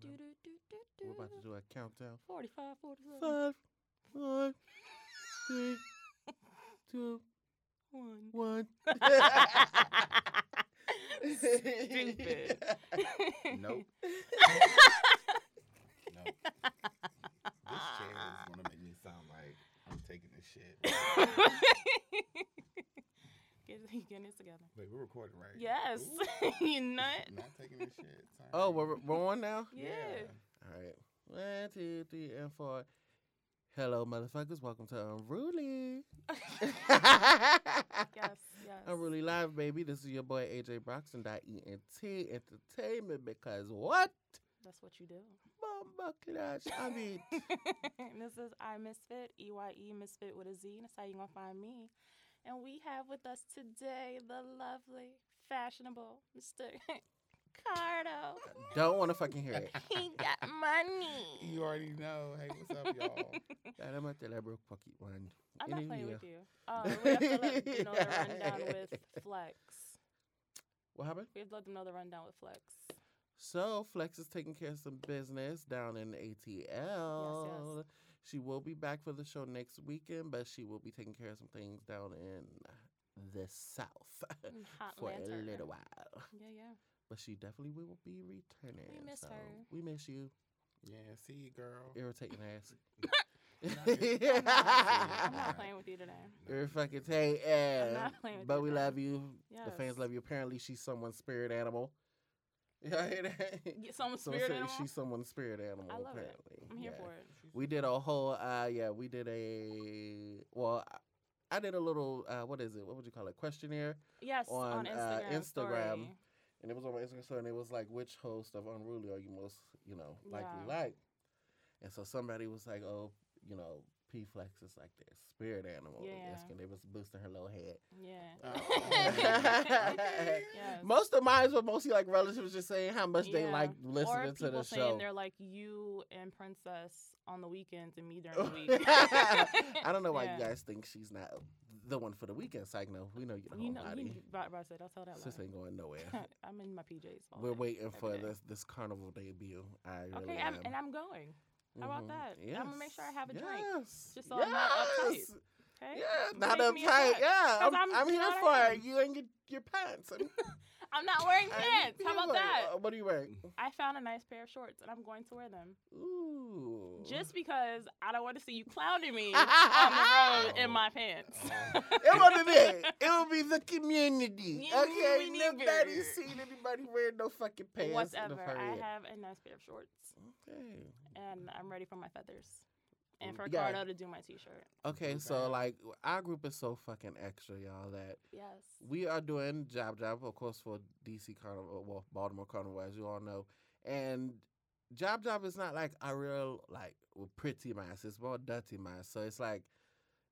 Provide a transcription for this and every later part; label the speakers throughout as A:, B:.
A: do, do,
B: We're about to do a countdown.
A: 45, 47,
B: Five, four, three, two,
A: one.
B: one.
A: Stupid.
B: Nope. nope. This chair is gonna make me sound like I'm taking this shit.
A: Get, getting it together.
C: Wait, we're recording, right?
A: Yes. you nut.
C: Not taking this shit. Sorry.
B: Oh, we're, we're on now.
A: Yeah.
B: All right. One, two, three, and four. Hello, motherfuckers. Welcome to Unruly.
A: Yes. Yes.
B: Unruly Live, baby. This is your boy AJ Broxton. ENT Entertainment because what?
A: That's what you do.
B: Mama clutch. I mean,
A: this is I Misfit, EYE Misfit with a Z, and that's how you going to find me. And we have with us today the lovely, fashionable Mr. Cardo.
B: don't want to fucking hear it.
A: He got money.
C: You already know. Hey, what's up, y'all?
B: That I'm at the liberal fucking one.
A: I'm not playing with you. Oh, we have to let them know the rundown with Flex.
B: What happened?
A: We have to let them know the rundown with Flex.
B: So Flex is taking care of some business down in ATL. She will be back for the show next weekend, but she will be taking care of some things down in the South
A: In Mm, Hot
B: Uh, for a
A: Lantern.
B: little while.
A: Yeah, yeah.
B: But she definitely will be returning.
A: We miss
B: so
A: her.
B: We miss you,
C: Yeah, see you, girl.
B: irritating ass.
A: I'm not
C: Alright.
A: playing with you today.
B: You're fucking tay
A: I'm
B: ass.
A: not playing with
B: But
A: you
B: we
A: today.
B: love you. The
A: Yes.
B: fans love you. Apparently, she's someone's spirit animal. Yeah, hear that?
A: Get some
B: So
A: spirit
B: ser-
A: animal.
B: She's someone's spirit animal.
A: I love it.
B: apparently.
A: I'm here
B: Yeah.
A: for it.
B: We did a whole, uh, yeah, we did a, well, I- I did a little, uh, what is it? What would you call it? Questionnaire.
A: Yes, on,
B: on, uh,
A: Instagram.
B: Instagram,
A: story.
B: And it was on my Instagram story, and it was like, which host of Unruly are you most, you know, likely
A: Yeah.
B: like? And so somebody was like, oh, you know, P Flex is like their spirit animal.
A: Yeah.
B: And they was boosting her little head.
A: Yeah.
C: Uh, Oh.
A: Yes.
B: Most of mine were mostly like relatives just saying how much they
A: Yeah.
B: like listening
A: or
B: to the
A: people saying
B: show.
A: they're like you and Princess on the weekends and me during the week.
B: I don't know why
A: Yeah.
B: you guys think she's not the one for the weekend. Psycho, we know you're the
A: You
B: whole
A: know,
B: body.
A: you, about, about to say, don't tell that
B: Sis
A: lie.
B: ain't going nowhere.
A: I'm in my PJs. all
B: We're
A: day,
B: waiting
A: every
B: for
A: day.
B: this this carnival debut. I really
A: Okay,
B: am.
A: I'm, and I'm going. How about
B: Mhm.
A: that? I'm gonna make sure I have a drink.
B: Yes.
A: Just so I'm not uptight. Okay?
B: Yeah,
A: Just
B: not
A: make me a
B: uptight.
A: cup.
B: Yeah,
A: 'Cause
B: I'm,
A: I'm-
B: I'm,
A: you know
B: here
A: what
B: for
A: I
B: it. you and your, your pants. I'm,
A: I'm not wearing
B: I'm
A: pants. How
B: here
A: about
B: for it.
A: that?
B: Uh, What are you wearing?
A: I found a nice pair of shorts and I'm going to wear them.
B: Ooh.
A: Just because I don't want to see you clowning me on
B: Oh.
A: the road in my pants.
C: um,
B: It wasn't it. It would be the community.
A: Yeah,
B: okay,
A: we need
B: nobody
A: it.
B: seen anybody wearing no fucking pants. In the
A: Whatever.
B: fur
A: I
B: yet.
A: have a nice pair of shorts
B: Okay.
A: and I'm ready for my feathers. And for
B: Yeah.
A: Cardo to do my t shirt.
B: Okay, so
C: Okay.
B: like our group is so fucking extra, y'all. That
A: Yes.
B: we are doing job job, of course, for DC Carnival, well, Baltimore Carnival, as you all know, and job job is not like a real like pretty mask. It's more dirty mask. So it's like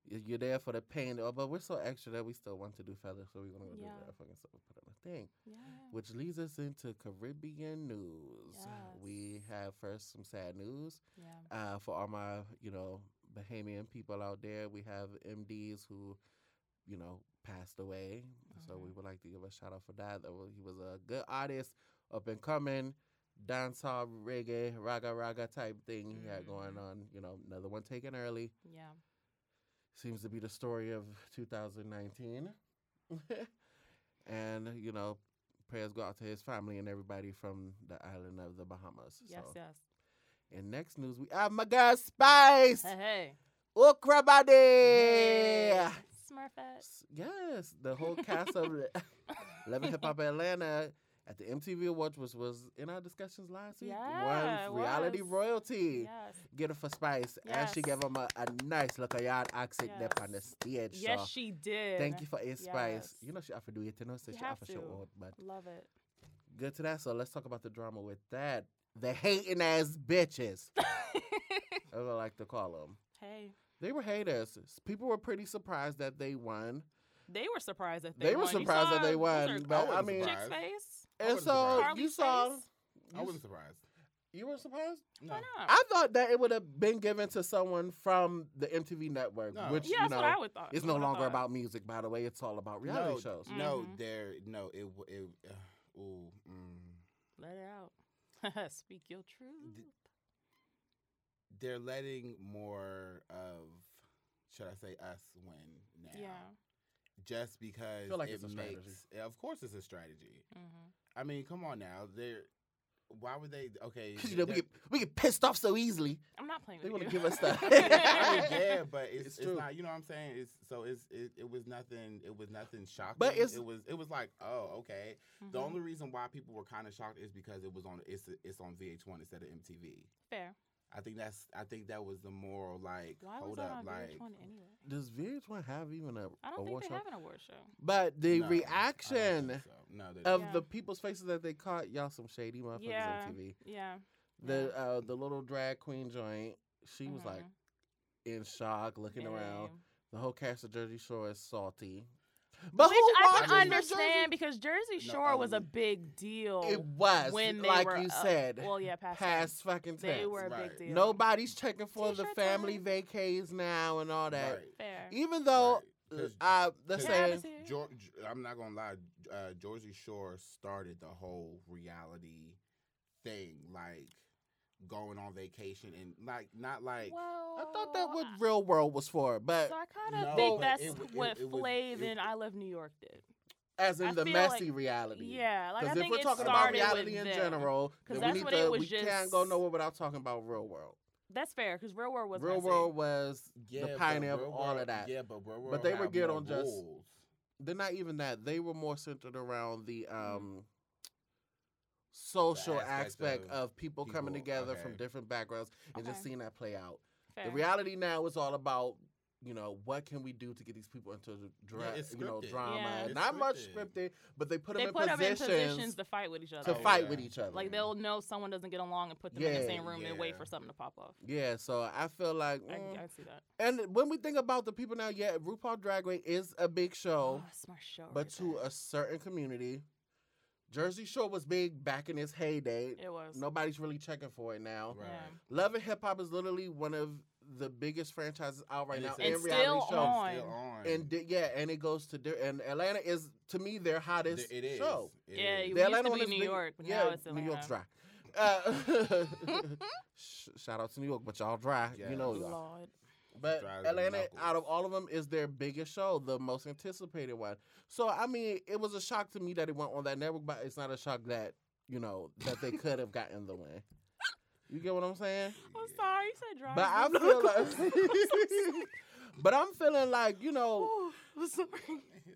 B: y- you're there for the pain, oh, but we're so extra that we still want to do feathers, so we're gonna go
A: Yeah.
B: do that fucking stuff, and put on a thing.
A: Yeah. yeah.
B: Which leads us into Caribbean news. We
A: Yes.
B: have first some sad news
A: Yeah.
B: uh, for all my you know Bahamian people out there. We have MDs who you know passed away, so we would like to give a shout out for that. That was, he was a good artist, up and coming, dancehall reggae, raga raga type thing he had going
A: Mhm.
B: on. You know, another one taken early
A: Yeah.
B: seems to be the story of 2019. and you know, prayers go out to his family and everybody from the island of the Bahamas.
A: Yes,
B: so.
A: yes.
B: In next news, we have my girl Spice.
A: Hey, hey.
B: Okra Body.
A: Smurfette.
B: S- Yes, the whole cast of Le- Love and Hip Hop Atlanta at the MTV Awards, which was in our discussions last week,
A: Yeah, it
B: won reality
A: was.
B: royalty.
A: Yes.
B: Get it for Spice. And she
A: Yes.
B: gave him a, a nice look at y'all accent there
A: Yes.
B: on the stage.
A: Yes,
B: so.
A: she did.
B: uh, Thank you for it, Spice.
A: Yes.
B: You know she offered to do it, you know, so
A: You
B: she
A: have
B: offered show
A: to.
B: old, but
A: Love it.
B: good to that. So let's talk about the drama with that. The hating ass bitches. I would like to call them.
A: Hey.
B: They were haters. People were pretty surprised that they won.
A: They were surprised that they,
B: They were
A: won. You
B: surprised that
A: saw
B: they
A: those
B: won,
A: are
B: but
C: I
A: Carly's
C: mean-
A: chick's face.
C: I
B: And
C: wasn't
B: so
C: surprised.
B: you
A: Carly's
B: saw,
A: face?
C: I wasn't surprised.
B: you were surprised.
C: No.
A: Why not?
B: I thought that it would have been given to someone from the MTV network,
C: No.
B: which
A: yeah,
B: you
A: that's
B: know
A: what I would thought.
B: it's no
A: what I
B: longer
A: thought.
B: about music. By the way, it's all about reality
C: no, Mm.
B: shows.
C: No,
A: Mhm.
C: there. No, it. w- it uh, ooh. Mm.
A: Let it out. Speak your truth.
C: They're letting more of, should I say, us win now?
A: Yeah.
C: Just because
B: Feel like
C: it
B: it's a strategy.
C: makes. Yeah, Of course, it's a strategy.
A: Mm-hmm.
C: I mean, come on now. They're. Why would they? Okay.
B: Because you know we
C: they're-
B: get we get pissed off so easily.
A: I'm not playing
B: They
A: with
B: wanna
A: you.
B: give us the-
C: I mean, yeah, but it's,
B: It's
C: it's,
B: true.
C: not. You know what I'm saying? It's so it's it, it was nothing. It was nothing shocking.
B: But it's-
C: it was it was like oh okay. The
A: Mhm.
C: only reason why people were kind of shocked is because it was on it's it's on VH1 instead of MTV.
A: Fair.
C: I think that's I think that was the moral like
A: Why was
C: hold
A: that
C: up
A: on
C: like
A: VH1 anyway?
B: Does VH1 have even a
A: I don't think
B: award
A: they
B: show?
A: have an award show.
B: But the
C: no, I don't think
B: reaction
C: so. No, they
B: of
C: don't.
A: Yeah.
B: the people's faces that they caught, y'all some shady motherfuckers
A: Yeah.
B: on TV.
A: Yeah.
B: The uh, the little drag queen joint, she was like
A: Mhm.
B: in shock, looking around.
A: Yeah.
B: The whole cast of Jersey Shore is salty. But
A: Which
B: who
A: I
B: watches
A: can
B: the
A: understand because Jersey
C: No,
A: Shore was a
C: um,
A: big deal.
B: Jersey- It was
A: when they
B: like
A: were
B: you
A: up-
B: said,
A: well, yeah, past,
B: past fucking
A: they
B: tense.
A: were a
C: Right.
A: big deal.
B: Nobody's checking for the
A: T-shirt
B: family
A: time.
B: vacays now and all that.
C: Right,
A: fair.
B: Even though
C: right. 'Cause
B: uh, let's
C: Can
A: Can I have
B: say
A: a seat?
C: George, I'm not gonna lie. Uh, Jersey Shore started the whole reality thing, like going on vacation and like not like.
A: Well,
B: I thought that what real world was for, but
A: So I kind of
C: No,
A: think
C: but
A: that's
C: it w- it-
A: what
C: it was-
A: Flav
C: it-
A: and I Love New York did.
B: as in
A: I
B: the
A: feel
B: messy
A: like-
B: reality.
A: Yeah, like I
B: Because if
A: think
B: we're
A: it
B: talking about
A: started
B: reality
A: with
B: in
A: them.
B: general, then we
A: that's
B: need
A: what it
B: to
A: was
B: we can't go
A: just-
B: nowhere without talking about real world.
A: That's fair because Real World was
B: real
A: messy.
B: world was
C: Yeah,
B: the
C: but
B: pioneer of
C: Real
B: all of
C: World-
B: that.
C: Yeah, but Real World
B: they were
C: had
B: good
C: more
B: on just-
C: rules.
B: They're not even that. They were more centered around the
A: Mm-hmm.
B: um social
C: The
B: aspect,
C: aspect
B: of, people, coming
C: people,
B: together from
C: okay.
B: different backgrounds and just
A: Okay.
B: seeing that play out.
A: Fair.
B: The reality now is all about you know what can we do to get these people into the dra-
C: it's
B: you know
C: scripted.
B: drama.
A: Yeah.
C: It's
B: Not much
C: scripted.
B: scripted, but they put
A: they
B: them
A: put
B: in
A: them in
B: positions,
A: positions to fight with each
B: to
A: other.
C: Oh,
B: fight
C: yeah.
B: with each other.
A: Like they'll know someone doesn't get along and put them in
B: Yeah,
A: the same room and wait
C: yeah.
A: for something to pop off.
B: yeah, so I feel like
A: I,
B: mm,
A: I see that.
B: And when we think about the people now, yeah, RuPaul Drag Race is a big show,
A: smart show.
B: but
A: right
B: to
A: there.
B: a certain community. Jersey Shore was big back in its heyday.
A: it was
B: Nobody's really checking for it now.
C: Right.
B: Love and Hip Hop is literally one of the biggest franchises out right
C: And
B: now
C: it's
B: in
A: And
B: reality
A: still
B: shows.
A: on.
C: It's still on.
B: And di- yeah, and it goes to di- and Atlanta is to me their
C: Th-
B: hottest
C: it is.
B: show.
C: It
A: Yeah,
C: is.
A: you-
B: The
A: It used
B: Atlanta
A: to
B: one
A: be
B: is
A: New
B: big-
A: York, but
B: yeah,
A: now it's
B: New York's dry.
A: Atlanta.
B: Uh, sh- shout out to New York, but y'all dry. You
C: Yes.
B: know y'all.
A: Lord.
B: But
C: Drives them
B: Atlanta, out of
C: knuckles.
B: all of them, is their biggest show, the most anticipated one. So I mean, it was a shock to me that it went on that network, but it's not a shock that you know that they could have gotten the win. You get what I'm saying?
A: I'm
C: Yeah.
A: sorry, you said dry.
B: But I feel like, but I'm feeling like you know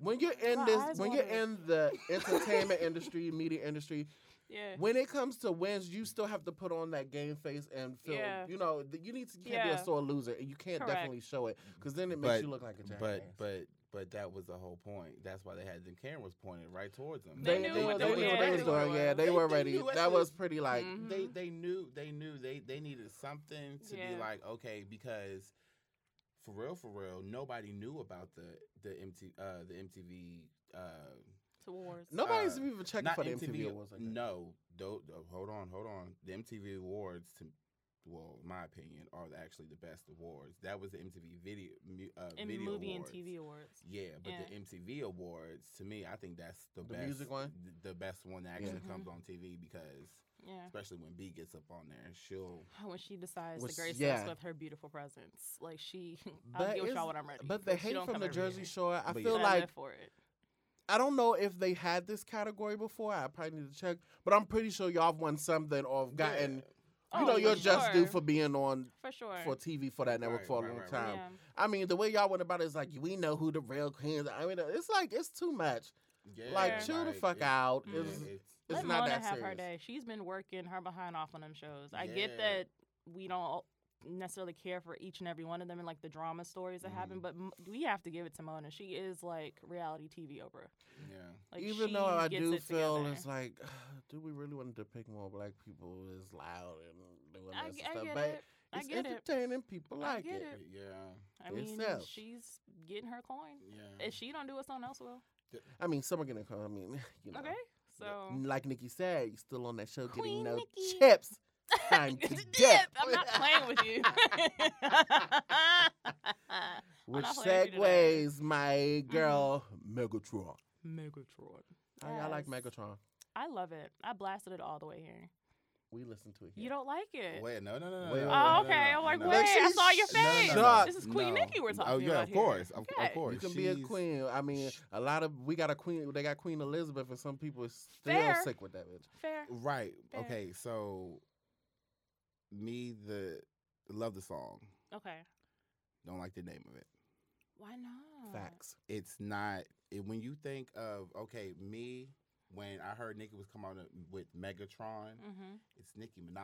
B: when you're in
A: My
B: this,
A: eyes
B: when you're
A: watered.
B: in the entertainment industry, media industry,
A: yeah.
B: when it comes to wins, you still have to put on that game face and feel.
A: Yeah.
B: You know, th- you need to you can't be
A: Yeah.
B: a sore loser, and you can't
A: Correct.
B: definitely show it because then it makes
C: But-
B: you look like a jackass.
C: But but but that was the whole point. That's why they had the cameras pointed right towards them.
A: They knew what
B: they,
A: they
B: knew
A: were
B: what they was
A: doing.
B: doing. Yeah, they,
C: They-
B: were
C: they
B: ready.
C: knew what
B: that
C: they-
B: was pretty like
A: Mhm.
C: They they knew they knew they they needed something to
A: Yeah.
C: be like okay because for real for real nobody knew about the the MT uh the MTV uh
A: to wars.
B: nobody's
C: uh,
B: even checking
C: not
B: for the
C: MTV,
B: MTV awards. Like that.
C: no do, do- hold on hold on the MTV awards to well in my opinion are actually the best awards that was the MTV video mu- uh,
A: in
C: video
A: movie
C: awards.
A: and TV awards.
C: Yeah, but
A: Yeah.
C: the MTV Awards to me, I think that's the,
B: The
C: best
B: music one?
C: th- the best one that actually
A: Yeah. Mm-hmm.
C: comes on TV because
A: Yeah.
C: especially when B gets up on there, she'll
A: When she decides
B: Was-
A: to grace
B: yeah.
A: us with her beautiful presence, like she,
B: But
A: I'll give
B: it's-
A: y'all what I'm ready.
B: But the
A: she
B: hate
A: don't
B: from
A: come
B: the
A: every
B: Jersey
A: year.
B: Shore, I
C: But
B: feel
A: But I
B: like
A: live for it.
B: I don't know if they had this category before. I probably need to check, but I'm pretty sure y'all have won something or have gotten.
C: Yeah.
B: You
A: Oh,
B: know,
A: for
B: you're just due
A: sure.
B: for being on
A: For sure.
B: for TV for that network
C: Right,
B: for a
C: right,
B: long
C: right, right.
B: time.
A: yeah.
B: I mean, the way y'all went about it is like we know who the real queens. are. I mean, it's like it's too much.
C: yeah,
B: Like, chill the fuck
C: it-
B: out.
C: yeah,
B: It's,
C: it's-
B: it's
A: Mm-hmm. Let
B: not
A: Mona
B: that
A: have
B: serious.
A: her day. She's been working her behind off on them shows. I get
C: Yeah.
A: that we don't necessarily care for each and every one of them and like the drama stories that
B: Mm-hmm.
A: happen, but m- we have to give it to Mona. She is like reality TV Oprah.
C: yeah.
A: Like
B: Even
A: she
B: though I
A: gets
B: do
A: it
B: feel
A: together.
B: it's like, do we really want to depict more black people as loud and doing
A: I,
B: this
A: g-
B: and
A: I
B: stuff?
A: get
B: But
A: it. I
B: it's
A: get it.
B: entertaining. People
A: I
B: like
A: get
B: it.
A: it.
C: Yeah,
A: I mean,
B: itself.
A: she's getting her coin.
C: yeah.
A: If she don't do it, someone else will.
B: I mean, some are gonna come. I mean, you know,
A: Okay, so
B: like Nikki said, you still on that show getting
A: Queen
B: no
A: Nikki.
B: chips. Time to
A: Dip.
B: dip.
A: I'm not playing with you.
B: Which
A: not playing with you today. Mm-hmm.
B: segues my girl Megatron.
A: Megatron.
B: How y'all like
A: Yes.
B: Megatron?
A: I love it. I blasted it all the way here.
B: We listen to it.
A: You
B: here.
A: don't like it.
C: Wait, no, no, no, no.
B: Wait, wait,
C: no, no,
A: oh,
C: no,
A: okay.
C: no,
A: I'm like,
C: no.
A: wait, I
B: she's-
A: saw your
C: No, no,
A: face.
C: no, no.
A: This is Queen Nikki we're talking
C: Oh yeah,
A: about
C: of
A: here.
C: course, of,
A: Okay.
C: of course.
B: You can be a
C: She's-
B: queen. I mean, a lot of we got a queen. They got Queen Elizabeth, and some people is still
A: Fair.
B: sick with that bitch.
A: Fair.
C: Right.
A: Fair.
C: Okay. So, me the love the song.
A: Okay.
C: Don't like the name of it.
A: Why not?
B: Facts.
C: It's not it, when you think of okay me when I heard Nicki was coming out uh, with Megatron.
A: Mm-hmm.
C: It's Nicki Minaj,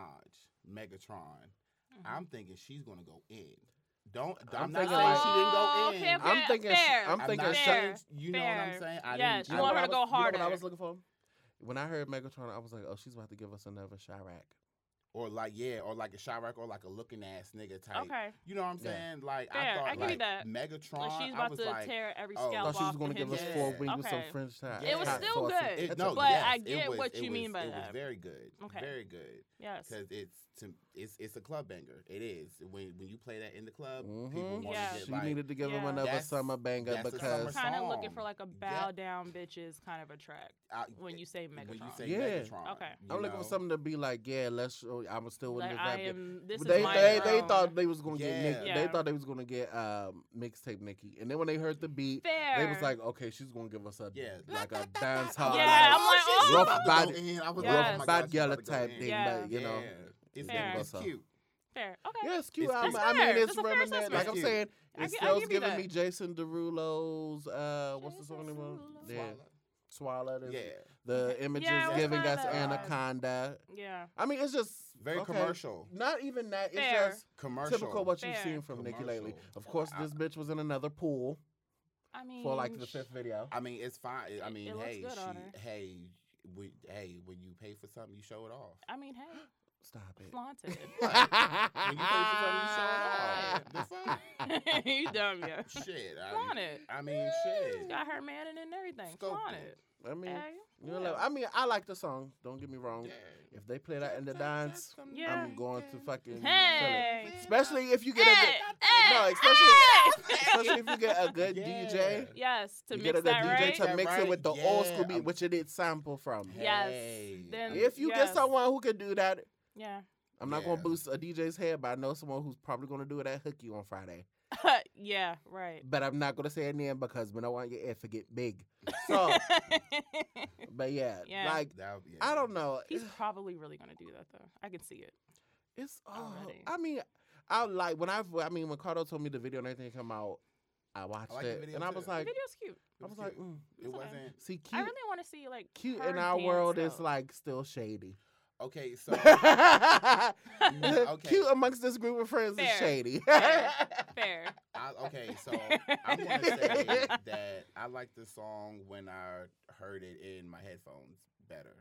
C: Megatron.
B: Mm-hmm.
C: I'm thinking she's gonna go in. Don't. I'm,
B: I'm
C: not saying
B: thinking like-
C: she didn't go
A: Oh,
C: in.
A: okay, okay.
B: I'm thinking. she-
A: fair.
B: I'm
C: I'm
B: thinking.
C: not
B: she-
A: fair.
C: saying- you know what
A: fair.
C: I'm saying? I
A: Yes,
C: didn't,
A: you
C: I
B: know
A: want
B: what
A: her
B: I
A: to go
B: was- you know what I
A: harder.
B: was looking for. When I heard Megatron, I was like, "Oh, she's about to give us another Chirac."
C: or like yeah, or like a Chirac or like a looking ass nigga type.
A: Okay.
C: You know what I'm
B: Yeah.
C: saying? Like
A: Fair,
C: I
A: I
C: thought
A: give you
C: like
A: that.
C: Megatron.
A: Like she's
C: I
A: about
C: was
A: to
C: like,
A: tear every
C: oh.
A: scalp
C: I
B: thought
A: off.
B: she was gonna
A: to
B: give
A: him.
B: us
C: Yeah.
B: four wings with some
A: Okay.
B: French fries.
C: It was
B: hot
C: still
B: sauce and-
A: good.
C: it,
B: That's
C: no,
B: a-
A: But
C: yes,
A: I
C: it
A: get
C: was-
A: what
C: it
A: you
C: was-
A: mean by
C: it
A: that.
C: was very good.
A: Okay.
C: Very good.
A: Yes.
C: Because it's to it's it's a club banger. It is when when you play that in the club, people
B: Mhm.
C: want to
A: Yeah.
C: get
B: She
C: Mm-hmm. like
B: needed to give him
A: Yeah.
B: another
C: That's-
B: summer banger
C: that's a
A: So I'm
B: because
C: summer
A: kind of looking
C: song.
A: for like a
C: Yeah.
A: bow down bitches kind of a track
C: I-
A: when you say
C: when
A: Megatron.
C: you say
B: Yeah.
C: Megatron.
A: Okay.
C: you
B: I'm looking
C: know?
B: for something to be like, "Yeah, let's." Show, I'm still with
A: like,
B: this
A: I
B: rap. game.
A: am. This
B: they,
A: is my
B: they, they
A: throne.
B: thought they was gonna get
C: Yeah.
B: Nick,
A: Yeah.
B: they thought they was gonna get um, mixtape Nikki, and then when they heard the beat,
A: fair.
B: they was like, okay, she's gonna give us a
C: Yeah.
B: like a dance hall.
A: Yeah, I'm
B: like,
A: like,
C: she's
A: oh.
B: Rough
C: about to
B: body-
C: go in. I was
A: Yes.
C: like, oh my
B: rough
C: God,
B: bad
C: she's
B: gala
C: about to go
B: type
C: in.
B: thing,
A: Yeah.
B: but you know,
C: Yeah. It's,
A: Fair.
C: it's cute.
A: fair. Okay.
B: yeah, it's cute.
C: It's
B: I'm-
C: cute.
B: I mean,
A: That's
B: it's
A: a fair
B: reminiscent. Like I'm
C: assessment.
B: saying,
A: I
B: it's
A: gi- I
B: still
A: give you
B: giving
A: that.
B: me Jason Derulo's uh, what's the
A: Jason
B: song name? of-
A: Derulo.
B: Yeah, Swallowed. is-
C: Yeah.
B: The images
A: Yeah, it was
B: giving
A: kinda
B: us
A: that vibe.
B: Anaconda.
A: Yeah.
B: I mean, it's just
C: Very
B: okay.
C: commercial.
B: Not even that. It's
A: Fair.
B: just
C: Commercial.
B: typical what you've
A: Fair.
B: seen from Nikki lately.
C: Commercial.
B: Of course,
C: I-
B: this bitch was in another pool.
A: I mean.
B: for like the
A: sh-
B: fifth video.
C: I mean, it's fine. I
A: It-
C: mean,
A: it looks
C: hey,
A: good on her.
C: she, hey, we, hey, when you pay for something, you show it off.
A: I mean, hey,
B: Stop it.
A: flaunted.
B: Ah,
C: When you pay for something, you show it off. The fuck?
A: you dumb, yeah.
C: shit.
A: Flaunt
C: I,
A: it.
C: I mean,
A: It's
C: shit.
A: got her man in it and everything.
C: Scope
A: Flaunt
C: it.
A: it.
B: I mean,
A: Hey,
B: you know,
A: yeah.
B: like- I mean, I like the song. Don't get me wrong.
C: Yeah.
B: If they play that in the
C: Just- just
B: dance,
C: some
A: Yeah.
B: I'm going to fucking
A: Hey.
B: feel it. Especially if you get
A: hey,
B: a
A: hey,
B: No, especially-
A: hey.
B: good, especially if you get a good DJ.
C: Yeah.
A: Yes, to
B: you
A: mix
B: get a good
A: that
B: DJ
A: right.
B: to
C: That
B: mix it
C: right,
B: with the old
C: yeah,
B: school beat,
C: I'm-
B: which it did sample from.
A: Yes,
C: Hey.
A: then-
B: If you
A: Um, Yes.
B: get someone who can do that,
A: yeah.
B: I'm not gonna
C: Yeah.
B: boost a DJ's head, but I know someone who's probably gonna do it at Hooky on Friday.
A: yeah, right.
B: But I'm not gonna say it then because when I want your head to get big. So, but yeah,
A: Yeah.
B: like
C: That would be-
B: I don't know.
A: He's probably really gonna do that though. I can see it.
B: It's oh,
A: already.
B: I mean, I like when I I mean when Cardo told me the video and everything come out, I watched
C: like the
B: it
C: video
B: and I
C: too.
B: was
C: The
A: The
B: like,
A: video's cute.
C: It
B: I was like,
C: cute.
B: mm.
C: it
A: okay.
C: wasn't
B: see, cute,
A: I really want to see like
B: cute
A: her
B: in our
A: dance,
B: world is
A: though.
B: like still shady.
C: okay. So mm, okay.
B: Cute amongst this group of friends
A: Fair.
B: is shady.
A: Fair. fair.
C: I, okay,
B: Oh,
C: so I want to say that I like the song when I heard it in my headphones better.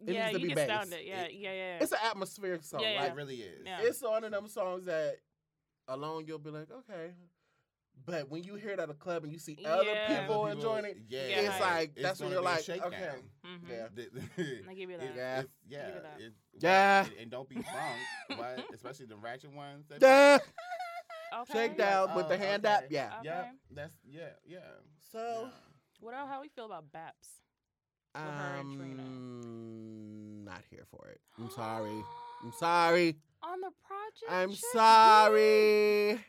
B: needs
A: yeah,
B: to
A: you
B: be
A: can
B: bass.
A: sound it. Yeah,
C: It-
A: yeah, yeah.
B: it's an atmospheric song.
A: Yeah,
B: like
C: It really is.
A: Yeah.
B: it's one of them songs that alone you'll be like, okay. But when you hear it at a club and you see other
A: Yeah.
B: people enjoying it,
C: Yeah,
A: it's
B: like, that's when
C: gonna
B: you're
C: be a
B: like,
C: shakedown.
B: okay.
A: mm-hmm.
B: yeah.
C: The-
A: I give you
C: It-
A: that.
B: Yeah.
C: it's- yeah,
A: Give it up.
C: it- right,
B: Yeah.
C: and, and don't be drunk, but especially the ratchet ones. that-
B: Yeah.
A: Okay.
B: Shake down
C: Like,
B: with the
C: oh,
B: hand
C: okay.
B: up. Yeah.
A: Uh,
C: Yep,
A: Okay.
C: that's yeah, yeah.
B: So.
C: yeah.
A: What el- how we feel about Baps? with her and Trina.
B: I'm um, not here for it. I'm sorry. I'm sorry.
A: On the project.
B: I'm
A: chick,
B: sorry.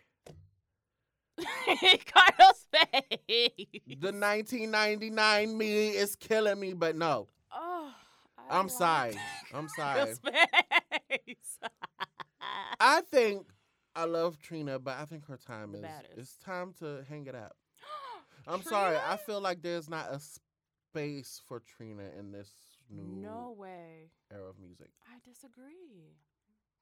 A: dude. Carlos face.
B: The 1999 me is killing me, but no.
A: Oh, I
B: I'm
A: like
B: sorry. I'm sorry.
A: Carlos face.
B: I think I love Trina, but I think her time
A: The
B: is
A: baddest.
B: it's time to hang it up. I'm sorry. I feel like there's not a space for Trina in this new
A: No way.
B: era of music.
A: I disagree.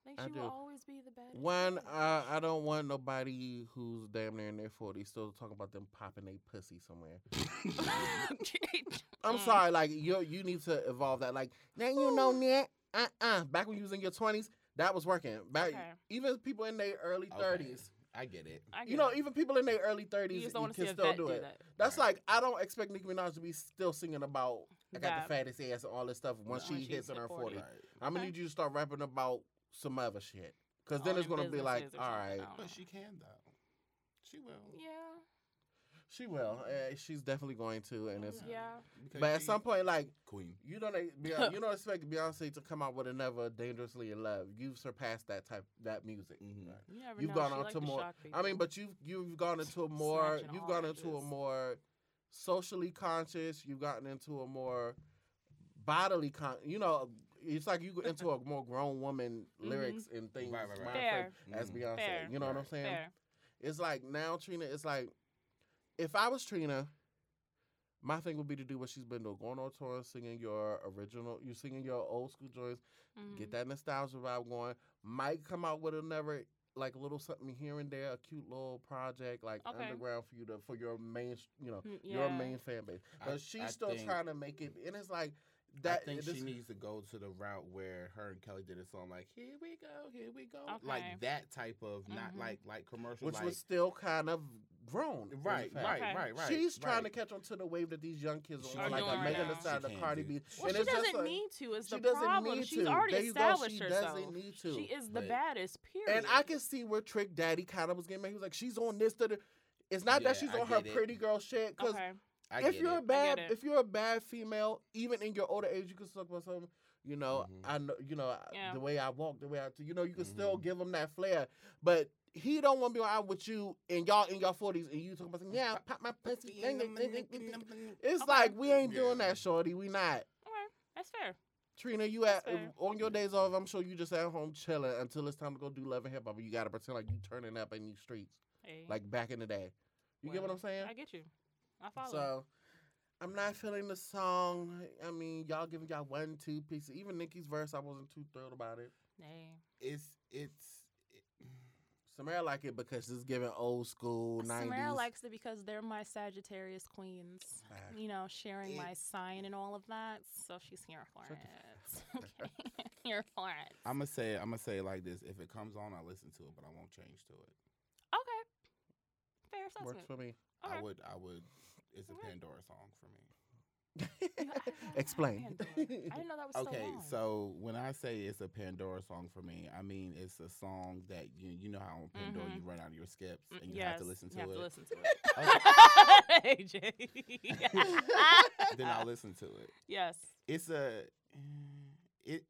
A: I think
B: I
A: she will
B: do.
A: always be the best.
B: One, uh, I don't want nobody who's damn near in their 40s still talking about them popping a pussy somewhere. I'm
A: Mm.
B: sorry, like you you need to evolve that. Like now you know that uh uh back when you was in your 20s, that was working. Back
A: Okay.
B: even people in their early
C: Okay,
B: 30s,
C: I get it.
A: I get
B: you know,
A: it.
B: even people in their early 30s
A: you just don't want to
B: can
A: see a
B: still
A: vet
B: do
A: do
B: it.
A: that.
B: That's
C: Right.
B: like I don't expect Nicki Minaj to be still singing about I got
A: That.
B: the fattest ass and all this stuff once
A: When
B: she
A: she
B: hits in
A: hit
B: her 40.
A: 40.
C: Right.
B: I'm gonna
A: Okay.
B: need you to start rapping about some other shit. Cause then
A: Owning
B: it's gonna be like,
A: businesses or
B: all
A: something.
B: right.
A: I don't know.
C: But she can though. She will.
A: Yeah.
B: She will. Uh, she's definitely going to, and it's.
A: Mm-hmm. Yeah.
C: Because
B: But at
C: she-
B: some point, like
C: queen.
B: you don't ex- Beyonce, you don't expect Beyonce to come out with another "Dangerously in Love." You've surpassed that type that music.
C: Mhm.
B: Right.
A: You never
B: You've
A: know.
B: gone
A: She
B: on
A: like
B: to
A: to
B: more-
A: shock
B: I mean,
A: people.
B: but you've you've gone into a more
A: Snatching
B: you've
A: all
B: gone into a
A: edges.
B: more socially conscious. You've gotten into a more bodily con. You know, it's like you go into a more grown woman
A: Mhm.
B: lyrics and things.
C: Right, right, right.
B: mindset
A: Fair.
B: As
C: Mhm.
B: Beyonce,
A: Fair.
B: you know what I'm
C: Right.
B: saying?
A: fair.
B: It's like now Trina. It's like if I was Trina, my thing would be to do what she's been doing: going on tour, and singing your original, you singing your old school joints, get
A: Mm-hmm.
B: that nostalgia vibe going. Might come out with another like a little something here and there, a cute little project like
A: Okay.
B: underground for you to for your main, s- you know,
A: Mm,
B: your
A: yeah.
B: main fan base.
C: I-
B: But she's
C: I
B: still
C: think-
B: trying to make it, and it's like
C: I
B: that.
C: think
B: this-
C: she needs to go to the route where her and Kelly did a song like "Here we go, here we go,"
A: Okay.
C: like that type of not
A: Mhm.
C: like like commercial,
B: which
C: like,
B: was still kind of grown, in
C: right,
B: fact.
C: right,
A: Okay.
C: right, right.
B: She's trying to
C: right.
B: catch on to the wave that these young kids
C: She
B: are on, like
A: can't
B: a
A: do
B: Megan
A: that.
B: Thee Stallion,
C: She
B: the
C: can't
B: Cardi
C: do
B: B.
C: that.
A: Well,
B: and
A: she
B: it's just
A: doesn't
B: like-
A: need to. Is
B: she
A: the
B: doesn't
A: problem?
B: need
A: She's
B: to.
A: already
B: There you go,
A: established
B: she
A: herself.
B: doesn't need to.
A: She is the
C: But-
A: baddest. Period.
B: and I can see where Trick Daddy kind of was getting. mad. He was like, she's on this. To the, it's not that
C: Yeah,
B: she's
C: I
B: on her
C: get it.
B: pretty girl shit. Because
A: Okay.
C: I
B: if
C: get
B: you're a
C: it.
B: bad,
A: it.
B: if you're a bad female, even in your older age, you can talk about something. You know,
C: Mhm.
B: I know. You know, I-
A: Yeah.
B: the way I walk, the way I. You know, you can
C: Mm-hmm.
B: still give him that flair, but. He don't want to be out with you and y'all in your forties and you talking about something, yeah, pop my pussy. ding, ding, ding, ding, ding, ding." It's
A: Okay.
B: like we ain't doing
C: Yeah.
B: that, shorty. We not.
A: Okay. That's fair.
B: Trina, you at
A: That's fair.
B: on your days off. I'm sure you just at home chilling until it's time to go do love and hip hop. and You gotta pretend like you turning up in these streets
A: Hey,
B: like back in the day. You get what
A: Well,
B: I'm saying?
A: I get you. I follow.
B: So I'm not feeling the song. I mean, y'all giving y'all one, two pieces. Even Nicki's verse, I wasn't too thrilled about it.
A: hey.
C: It's it's
B: Samara like it because it's giving old school nineties.
A: Samara likes it because they're my Sagittarius queens.
B: Fact.
A: You know, sharing my
C: It-
A: sign and all of that. So she's here for
B: Shut
A: it. Okay. here for it.
C: I'm gonna say I'm gonna say it like this. If it comes on, I listen to it, but I won't change to it.
A: Okay. Fair
B: works
A: assessment.
B: for me.
A: Okay.
C: I would I would. It's a
A: Alright.
C: Pandora song for me.
B: Explain.
A: I didn't know that was so
C: Okay,
A: long.
C: so when I say it's a Pandora song for me, I mean it's a song that you you know how on Pandora
A: Mhm.
C: you run out of your skips
A: Mm,
C: and you
A: yes,
C: have to listen to
A: you have
C: it.
A: to listen to
C: Okay,
A: it. AJ.
C: then I listen to it.
A: yes.
C: It's a it.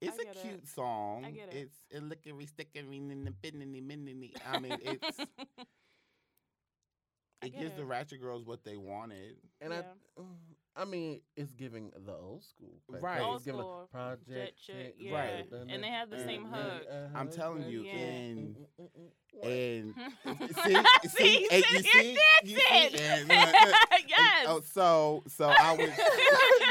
C: It's
A: get
C: a
A: it.
C: cute song.
A: I get it.
C: It's a lickery stickery ninny binny minny. I mean, it's
A: I
C: it
A: get
C: gives
A: it.
C: the Ratchet Girls what they wanted.
B: And
A: Yeah.
B: I, mm, I mean, it's giving the old school, but
C: Right.
B: it's
A: Old
B: giving
A: school. Jet
B: project,
A: shit,
B: shit,
C: Right.
B: da-
A: and they have the
B: da-
A: same
B: da-
A: hook.
B: uh,
C: I'm telling you,
A: Yeah.
B: Mm,
C: and
B: and
C: and
A: see, see,
C: and
A: you
C: you see, you see,
A: it.
C: and look, look,
A: yes.
C: And, oh, so so I was.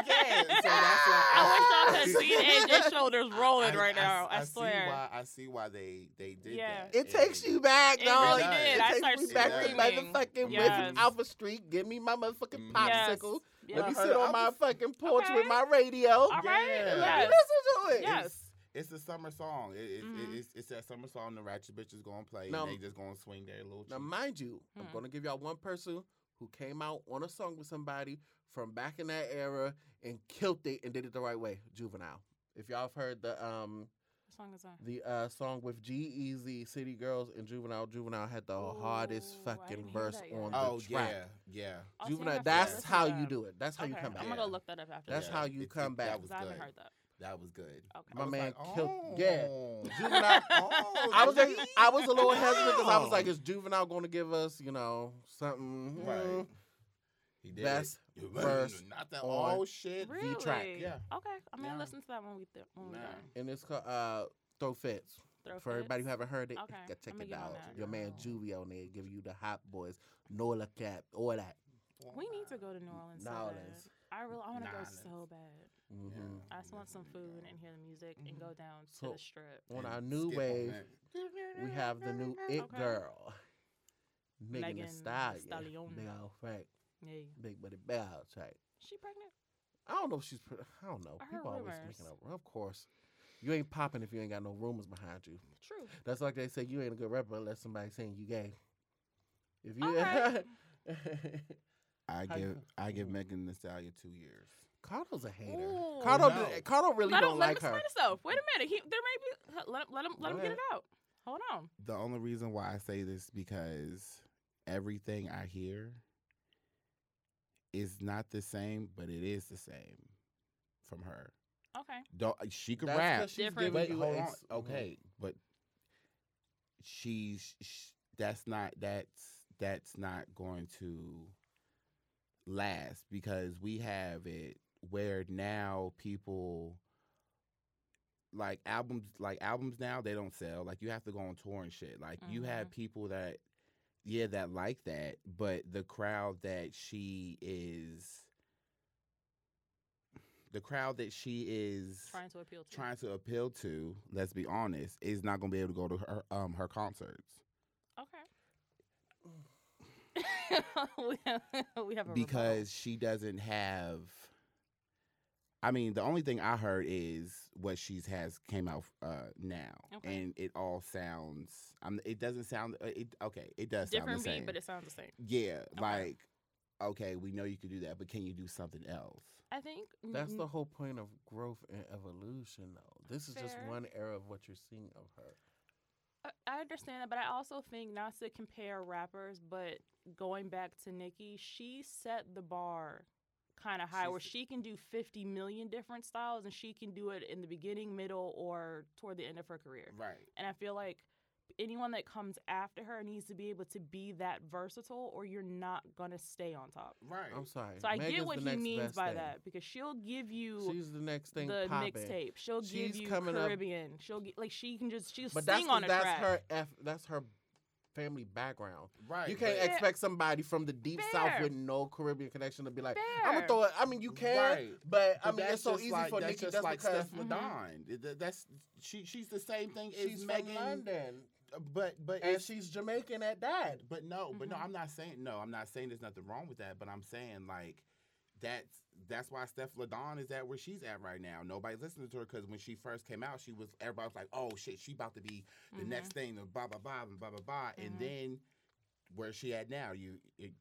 C: yeah, so that's why
A: I wish y'all could see AJ's shoulders rolling
C: I-
A: right
C: I-
A: now. I,
C: I See
A: swear.
C: why, I see why they they did
A: Yeah.
C: that.
B: it takes
C: And-
B: you back,
A: It
B: dog.
A: really
C: did.
B: It
C: I
B: takes
A: started
B: me back to
A: screaming.
B: motherfucking
A: Yes.
B: West Alpha Street. Give me my motherfucking
C: Mhm.
A: Yes.
B: popsicle.
A: Yes.
B: Let me
C: I
B: sit
C: heard-
B: on
C: I
B: my
C: was-
B: fucking porch with
A: Okay.
B: my radio.
A: All right.
C: Yeah.
A: Yes.
B: Listen to it.
A: Yes.
C: It's the summer song. It, it,
A: Mhm.
C: it's, it's that summer song. The ratchet bitches gonna play.
B: Now-
C: and they just gonna swing their little.
B: Now,
C: cheeks.
B: mind you, I'm
A: Hmm.
B: gonna give y'all one person who came out on a song with somebody from back in that era and killed it and did it the right way. Juvenile. If y'all have heard the um
A: What song is that?
B: the uh song with G Easy, City Girls, and Juvenile, Juvenile had the hardest
A: Ooh, I didn't
B: fucking
A: hear
B: verse
A: that yet.
B: on the
C: oh
B: track.
C: yeah, yeah.
A: I'll see if I
B: Juvenile.
A: can
B: That's
A: listen
B: how
A: to
B: you
A: that.
B: do it. That's how
A: okay.
B: you come back.
A: I'm gonna go look that up after.
B: That's
A: this.
B: how you come back.
C: That was
A: Because I haven't
C: good.
A: heard that.
C: That was good.
A: Okay.
B: My
C: I was
B: man
C: like,
B: killed- yeah.
C: oh.
B: Juvenile-
C: Oh,
B: I was like,
C: really?
B: I was a little hesitant because I was
C: Wow.
B: like, is Juvenile going to give us, you know, something?
C: right.
B: Mm.
C: He did.
B: Best
C: it.
B: verse
C: Not that
B: on
C: oh shit.
A: Really?
B: track,
C: yeah.
A: Okay. I'm gonna
C: Yeah.
A: listen to that when we th- when
C: Nah.
A: we're done.
B: And it's called uh, Throw Fits.
A: Throw
B: For everybody who
A: fits.
B: haven't heard it,
A: Okay,
B: go check
A: I'ma
B: it
A: get on
B: out.
A: that.
B: Your man Juvie on there giving you the hot boys, Nola Cap, all that.
A: We need to go to New Orleans. so
B: New
A: bad.
B: Orleans.
A: I really I want to go
C: Orleans.
A: so bad.
B: hmm
A: I just want some food and hear the music and
C: Mhm.
A: go down to
B: Mm-hmm. So-
A: the strip.
B: On
C: And
B: our new
C: skip on
B: wave,
C: that.
B: we have the new It
A: Okay.
B: Girl, Megan Thee
A: Megan Thee
B: Stallion.
A: Stallion.
B: Big old Frank,
A: Yeah.
B: Big Buddy Bell, right?
A: She pregnant?
B: I don't know if she's. Pre- I don't know.
A: I heard
B: People always
A: rumors.
B: making up. Of course, you ain't popping if you ain't got no rumors behind you.
A: True.
B: That's like they say you ain't a good rapper unless somebody's saying you gay. If you
A: Alright.
C: I
B: How you
C: give
B: feel?
C: I give
B: Mm.
C: Megan Thee Stallion two years.
B: Cardo's a hater.
A: Ooh.
B: Cardo,
C: No.
B: d- Cardo really
A: let
B: don't
A: him, let him
B: like
A: explain
B: her.
A: himself. Wait a minute. He there may be. h- Let him let him let him
B: Go
A: get
B: ahead.
A: it out. Hold on.
C: The only reason why I say this because everything I hear is not the same, but it is the same from her.
A: Okay.
C: Don't she can
B: That's 'cause
C: rap?
B: she's
A: Different.
B: giving
C: But
B: you
C: hold on,
B: ex-
C: okay, but she's sh- that's not that's that's not going to last because we have it where now people like albums like albums now they don't sell like you have to go on tour and shit like you have people that yeah that like that but the crowd that she is the crowd that she is
A: Trying to appeal to.
C: trying to appeal to, let's be honest, is not going to be able to go to her um her concerts
A: Okay. we have, we have a rebuttal.
C: because she doesn't have. I mean, the only thing I heard is what she's has came out uh, now,
A: Okay.
C: and it all sounds. Um, it doesn't sound. uh, It okay. It does sound
A: different
C: the same.
A: beat, but it sounds the same.
C: yeah,
A: Okay.
C: like okay, we know you can do that, but can you do something else?
A: I think
C: Mm-hmm.
B: That's
A: n-
B: the whole point of growth and evolution, though. This is just
A: Fair.
B: one era of what you're seeing of her.
A: I- I understand that, but I also think not to compare rappers, but going back to Nicki, she set the bar kind of high where
C: She's-
A: she can do 50 million different styles and she can do it in the beginning, middle, or toward the end of her career.
C: Right.
A: And I feel like anyone that comes after her needs to be able to be that versatile or you're not going to stay on top.
C: Right.
B: I'm sorry.
A: So I
B: Megan's
A: get what
B: the
A: he
B: next
A: means
B: best
A: by
B: thing.
A: that because she'll give you
B: She's the next thing
A: the
B: popping.
A: mixtape. She'll give
B: She's
A: you
B: coming up-
A: Caribbean. She'll gi- like she can just she'll
B: But that's
A: sing on
B: 'cause
A: a
B: that's
A: track.
B: her F, that's her family background.
C: right.
B: You can't
A: but-
B: expect somebody from the deep south
A: Fair.
B: with no Caribbean connection to be like, I'm gonna
A: Fair.
B: throw it. I mean, you can,
C: Right.
B: but, I
C: But
B: mean,
C: that's
B: it's so
C: just
B: easy
C: like-
B: for
C: that's
B: Nicki.
C: just
B: That's
C: like
B: because
C: Steph Ladon. Th- th- That's she. She's the same thing as
B: she's
C: Megan,
B: from London
C: but but
B: and
C: it's-
B: she's Jamaican at that.
C: but no, but no.
A: Mhm.
C: I'm not saying no. I'm not saying there's nothing wrong with that. But I'm saying like that's that's why Steph Ladon is at where she's at right now. Nobody listening to her because when she first came out, she was everybody was like, oh shit, she about to be the
A: Mhm.
C: next thing, the blah blah blah and blah blah blah. And
A: Mhm.
C: then where she at now? You, it,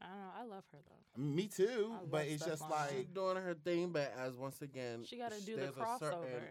A: I don't know. I love her though.
C: me too.
A: I
C: But
A: love
C: it's
A: Steph
C: just
A: Ladon.
B: She's
C: like
B: doing her thing, but as once again,
A: She got to
B: sh-
A: do the
B: there's a
A: crossover,
B: certain-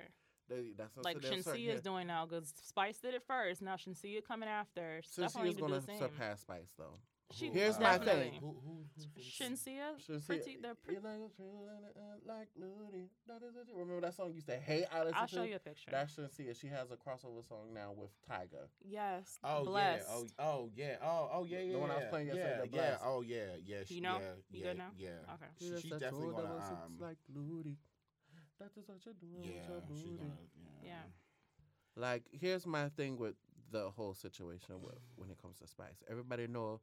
B: they- that's what I'm
A: like
B: saying, there's a certain-
A: Shinsia is doing now. Because Spice did it first. Now Shinsia coming after.
B: So
A: Steph
B: she is
A: need to do
B: going
A: the
B: to
A: same.
B: surpass Spice, though.
A: She
B: Here's my
A: definitely.
B: thing.
C: Who, who, who-
A: Shinsia,
B: Shinsia-
A: pretty, the pre-
B: You know, it's real and it ain't like nudie. That is what you- Remember that song you used to hate? I listen
A: I'll
B: to?
A: show you a picture.
B: That's Shinsia. She has a crossover song now with Tyga.
A: yes,
C: Oh
A: blessed.
C: yeah. Oh, oh yeah. Oh oh yeah. Yeah.
B: The one I was
C: yeah,
B: playing
C: yeah,
B: yesterday, the
C: Yeah.
B: Blessed.
C: Oh yeah. Yeah. She,
A: know?
C: Yeah,
A: You
C: yeah,
A: good now?
C: Yeah.
A: Okay.
C: She- She's definitely gonna. Um,
B: like nudie. That is what you do
C: yeah.
B: with
C: She's
B: your
C: gonna.
B: booty.
A: Yeah.
B: Like, here's my thing with the whole situation with when it comes to Spice. Everybody know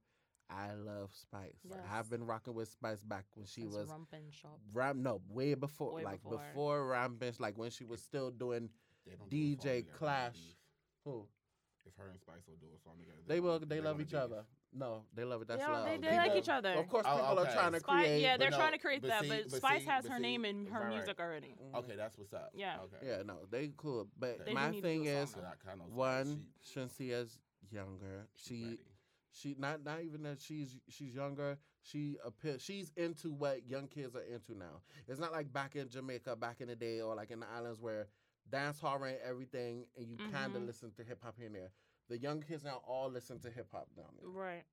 B: I love Spice. Like, I've
A: Yes.
B: been rocking with Spice back when she
A: That's
B: was
A: Rumpin Shop.
B: Ram, no, way before,
A: Way
B: like
A: before.
B: before Ram Bench, like when she was still doing
C: They don't do a song
B: DJ
C: together, they
B: Clash.
C: beef.
B: who
C: If her and Spice will do a song together,
B: they will
C: gonna-
B: they, love
C: gonna
B: each
C: beef.
B: other. No, they love it. That's
A: Yeah,
B: love.
A: they-
C: they like
B: People-
C: each
A: other.
B: Of course,
C: Oh,
B: people are
C: okay.
B: trying to
A: Spice,
B: create.
A: yeah, they're
C: but
A: trying
C: no,
A: to create
C: but
A: that,
C: see-
A: but,
C: but
A: Spice
C: see-
A: has
C: but
A: her
C: see-
A: name in her
C: right, right.
A: music already.
B: Mhm.
C: Okay, that's what's up.
A: Yeah.
C: Okay. Oh,
B: Yeah, no, they cool. But
A: They do
B: my
A: need to
B: thing
A: do a
B: is,
A: song,
C: I kind of
B: one, Shinsia's younger. She
C: ready.
B: she not not even that she's she's younger. She appear she's into what young kids are into now. It's not like back in Jamaica back in the day or like in the islands where dance hall ran everything and you kind of
A: Mhm.
B: listen to hip hop here and there. The young kids now all listen to hip hop down there.
A: Right.